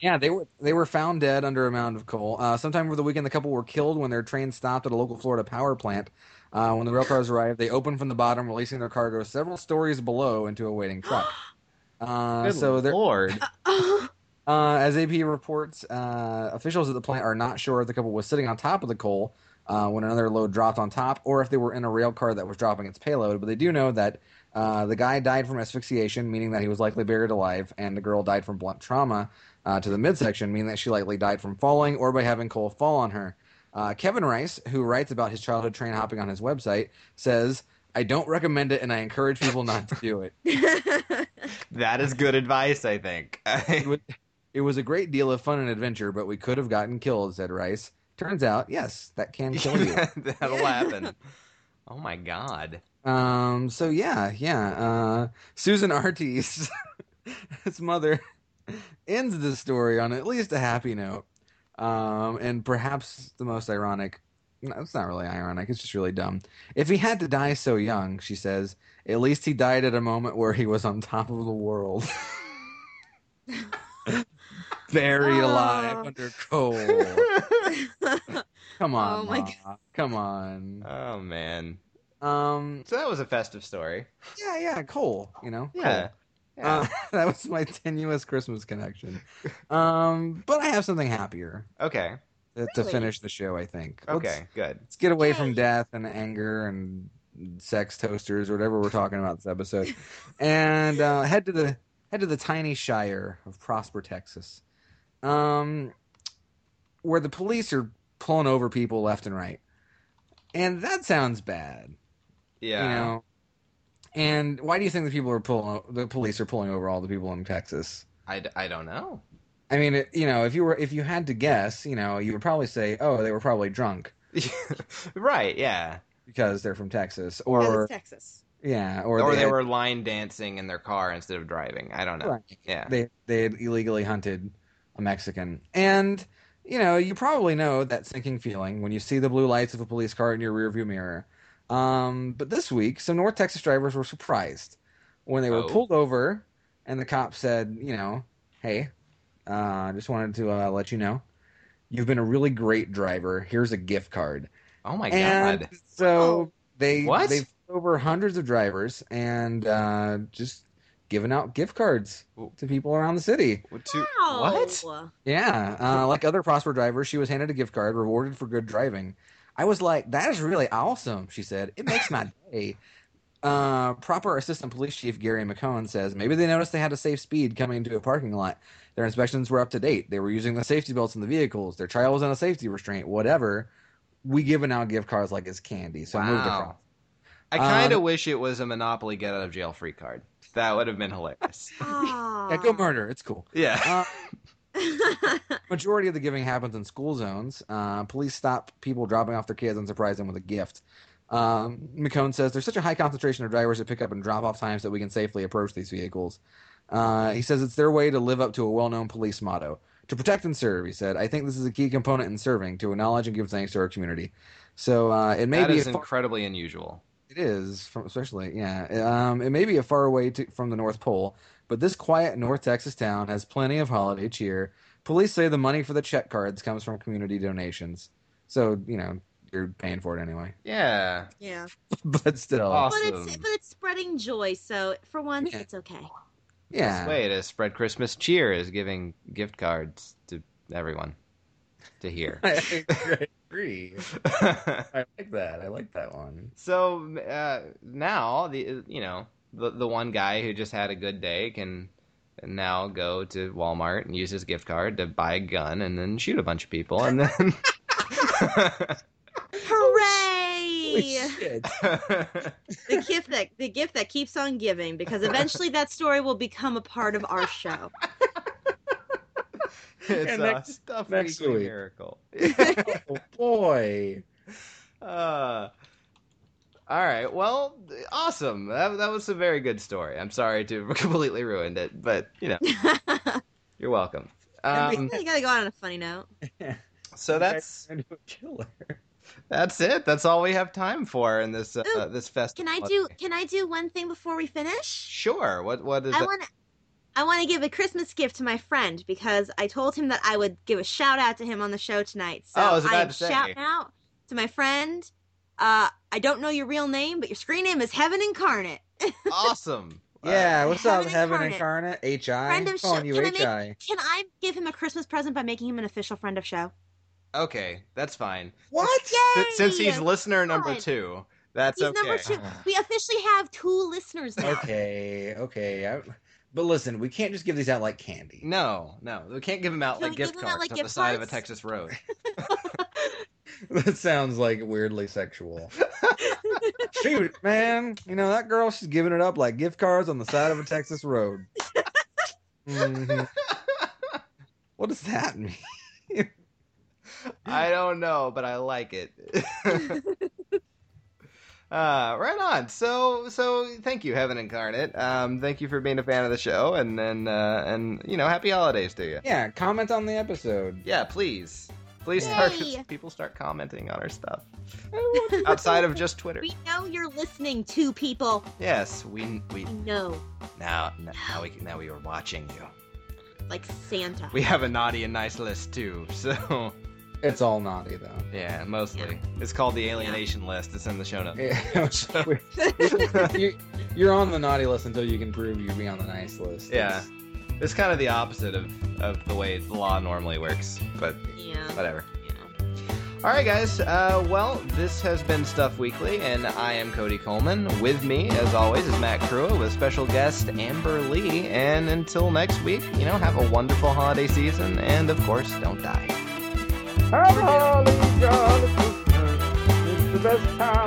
C: Yeah, they were they were found dead under a mound of coal. Uh, sometime over the weekend, the couple were killed when their train stopped at a local Florida power plant. Uh, when the rail cars arrived, they opened from the bottom, releasing their cargo several stories below into a waiting truck. Uh,
A: Good
C: so, there-
A: Lord.
B: Oh,
C: uh, as AP reports, uh, officials at the plant are not sure if the couple was sitting on top of the coal uh, when another load dropped on top, or if they were in a rail car that was dropping its payload. But they do know that uh, the guy died from asphyxiation, meaning that he was likely buried alive, and the girl died from blunt trauma uh, to the midsection, meaning that she likely died from falling or by having coal fall on her. Uh, Kevin Rice, who writes about his childhood train hopping on his website, says, I don't recommend it, and I encourage people not to do it.
A: That is good advice, I think.
C: It was, it was a great deal of fun and adventure, but we could have gotten killed, said Rice. Turns out, yes, that can kill you.
A: That'll happen. Oh, my God.
C: um, so yeah, yeah. Uh, Susan Artis, his mother, ends this story on at least a happy note, um, and perhaps the most ironic. No, it's not really ironic. It's just really dumb. If he had to die so young, she says, at least he died at a moment where he was on top of the world. Buried alive
B: Oh.
C: under coal. Come on,
B: Oh my
C: Ma. come on.
A: oh, man.
C: Um,
A: So that was a festive story.
C: yeah, yeah, coal. You know,
A: Yeah.
C: coal. Uh, that was my tenuous Christmas connection. Um, but I have something happier
A: okay.
C: to, to
B: Really?
C: finish the show. I think. Let's-
A: Okay. Good.
C: let's get away from
B: Yay.
C: death and anger and sex toasters or whatever we're talking about this episode, and uh, head to the head to the tiny shire of Prosper, Texas, um, where the police are pulling over people left and right, and that sounds bad,
A: Yeah.
C: you know. And why do you think the people are pulling the police are pulling over all the people in Texas?
A: I, d- I don't know.
C: I mean, it, you know, if you were if you had to guess, you know, you would probably say, "Oh, they were probably drunk
A: right. Yeah.
C: because they're from Texas,"
B: Because
C: or
B: it's Texas.
C: yeah,
A: Or,
C: or,
A: they,
C: had-
A: were line dancing in their car instead of driving. I don't know.
C: Right.
A: Yeah.
C: they they had illegally hunted a Mexican, and you know, you probably know that sinking feeling when you see the blue lights of a police car in your rearview mirror. Um, but this week, some North Texas drivers were surprised when they were
A: Oh.
C: pulled over, and the cop said, "You know, hey, uh, I just wanted to uh, let you know." You've been a really great driver. Here's a gift card.
A: Oh my
C: and
A: god.
C: so they
A: What?
C: they've pulled over hundreds of drivers and uh, just giving out gift cards
A: Ooh.
C: to people around the city.
A: What to-
B: Wow.
A: What?
C: Yeah, uh, like other Prosper drivers, she was handed a gift card, rewarded for good driving. I was like, "That is really awesome," she said. "It makes my day." Uh, proper assistant police chief Gary McCone says maybe they noticed they had a safe speed coming into a parking lot. Their inspections were up to date. They were using the safety belts in the vehicles. Their child was on a safety restraint. Whatever. We giving out gift cards like it's candy. So move to
A: Wow.
C: Prosper.
A: I kind of
C: Um,
A: wish it was a Monopoly get out of jail free card. That would have been hilarious.
C: Yeah, go murder. It's cool.
A: Yeah.
C: Uh, majority of the giving happens in school zones. Uh, police stop people dropping off their kids and surprise them with a gift. Um, McCone says there's such a high concentration of drivers at pickup and drop off times that we can safely approach these vehicles. Uh, he says it's their way to live up to a well known police motto to protect and serve. He said, I think this is a key component in serving to acknowledge and give thanks to our community. So uh, it may
A: that
C: be
A: is
C: a far-
A: incredibly unusual.
C: it is, from, especially yeah. Um, it may be a far away to, from the North Pole, but this quiet North Texas town has plenty of holiday cheer. Police say the money for the check cards comes from community donations, so you know you're paying for it anyway.
A: Yeah.
B: yeah.
C: but still,
A: Awesome.
B: But it's but it's spreading joy, so for once
C: Yeah.
B: it's okay.
C: yeah,
A: Way to spread Christmas cheer is giving gift cards to everyone to hear.
C: I agree. I like that. I like that one.
A: so uh, now the you know the the one guy who just had a good day can now go to Walmart and use his gift card to buy a gun and then shoot a bunch of people and then
C: Holy
B: Hooray!
C: shit.
B: the gift that the gift that keeps on giving because eventually that story will become a part of our show.
A: it's
C: Yeah,
A: a
C: next-
A: stuff
C: next
A: weekly
C: week.
A: miracle.
C: Oh, boy.
A: Uh, all right. Well, awesome. That, that was a very good story. I'm sorry to have completely ruined it, but you know,
C: Um,
A: you're welcome.
B: I
A: Um,
B: gotta go out on a funny note.
A: so that's
C: Turned into a killer.
A: that's it. That's all we have time for in this uh,
B: Ooh,
A: this festival.
B: Can I do can I do one thing before we finish?
A: Sure. What what is
B: I
A: that?
B: want to I want to give a Christmas gift to my friend because I told him that I would give a shout out to him on the show tonight. So
A: Oh, I was about
B: am
A: to say.
B: shouting out to my friend. Uh, I don't know your real name, but your screen name is Heaven Incarnate.
A: awesome. Uh,
C: Yeah, what's up,
B: Heaven
C: Heaven
B: Incarnate.
C: Incarnate? H.I.
B: Friend of
C: calling
B: show-
C: you
B: can I make-
C: H.I.
B: Can I give him a Christmas present by making him an official friend of show?
A: okay, that's fine.
C: What?
B: Yay!
A: S- Since he's listener number
B: God.
A: two, that's
B: He's
A: okay.
B: number two. We officially have two listeners now.
C: Okay, okay. I, but listen, we can't just give these out like candy.
A: No, no, we can't give him out
B: Can
A: like
B: we give
A: gift
B: him out
A: cards
B: like
A: on the
B: gift
A: side of a
B: cards?
A: Texas road.
C: That sounds like weirdly sexual. Shoot, man. You know, that girl, she's giving it up like gift cards on the side of a Texas road. Mhm. What does that mean?
A: I don't know, but I like it. uh, right on. So, so thank you, Heaven Incarnate. Um, thank you for being a fan of the show, and then uh, and you know, happy holidays to you.
C: Yeah, comment on the episode.
A: Yeah, please, please start.
B: Yay.
A: People start commenting on our stuff
C: I want to-
A: outside of just Twitter.
B: We know you're listening to people.
A: Yes, we we
B: We know,
A: now now we now we are watching you.
B: like Santa.
A: We have a naughty and nice list too. So
C: It's all naughty, though.
A: yeah, mostly it's called the alienation list. It's in the show notes.
C: Yeah, you, you're on the naughty list until you can prove you'd be on the nice list.
A: Yeah. It's kind of the opposite of, of the way the law normally works, but
B: yeah.
A: whatever.
B: yeah.
A: All right, guys. Uh, well, this has been Stuff Weekly, and I am Cody Coleman. With me, as always, is Matt Crua with special guest Amber Lee. And until next week, you know, have a wonderful holiday season, and of course, don't die.
C: Have a holiday, jolly Christmas. It's the Oh, best time.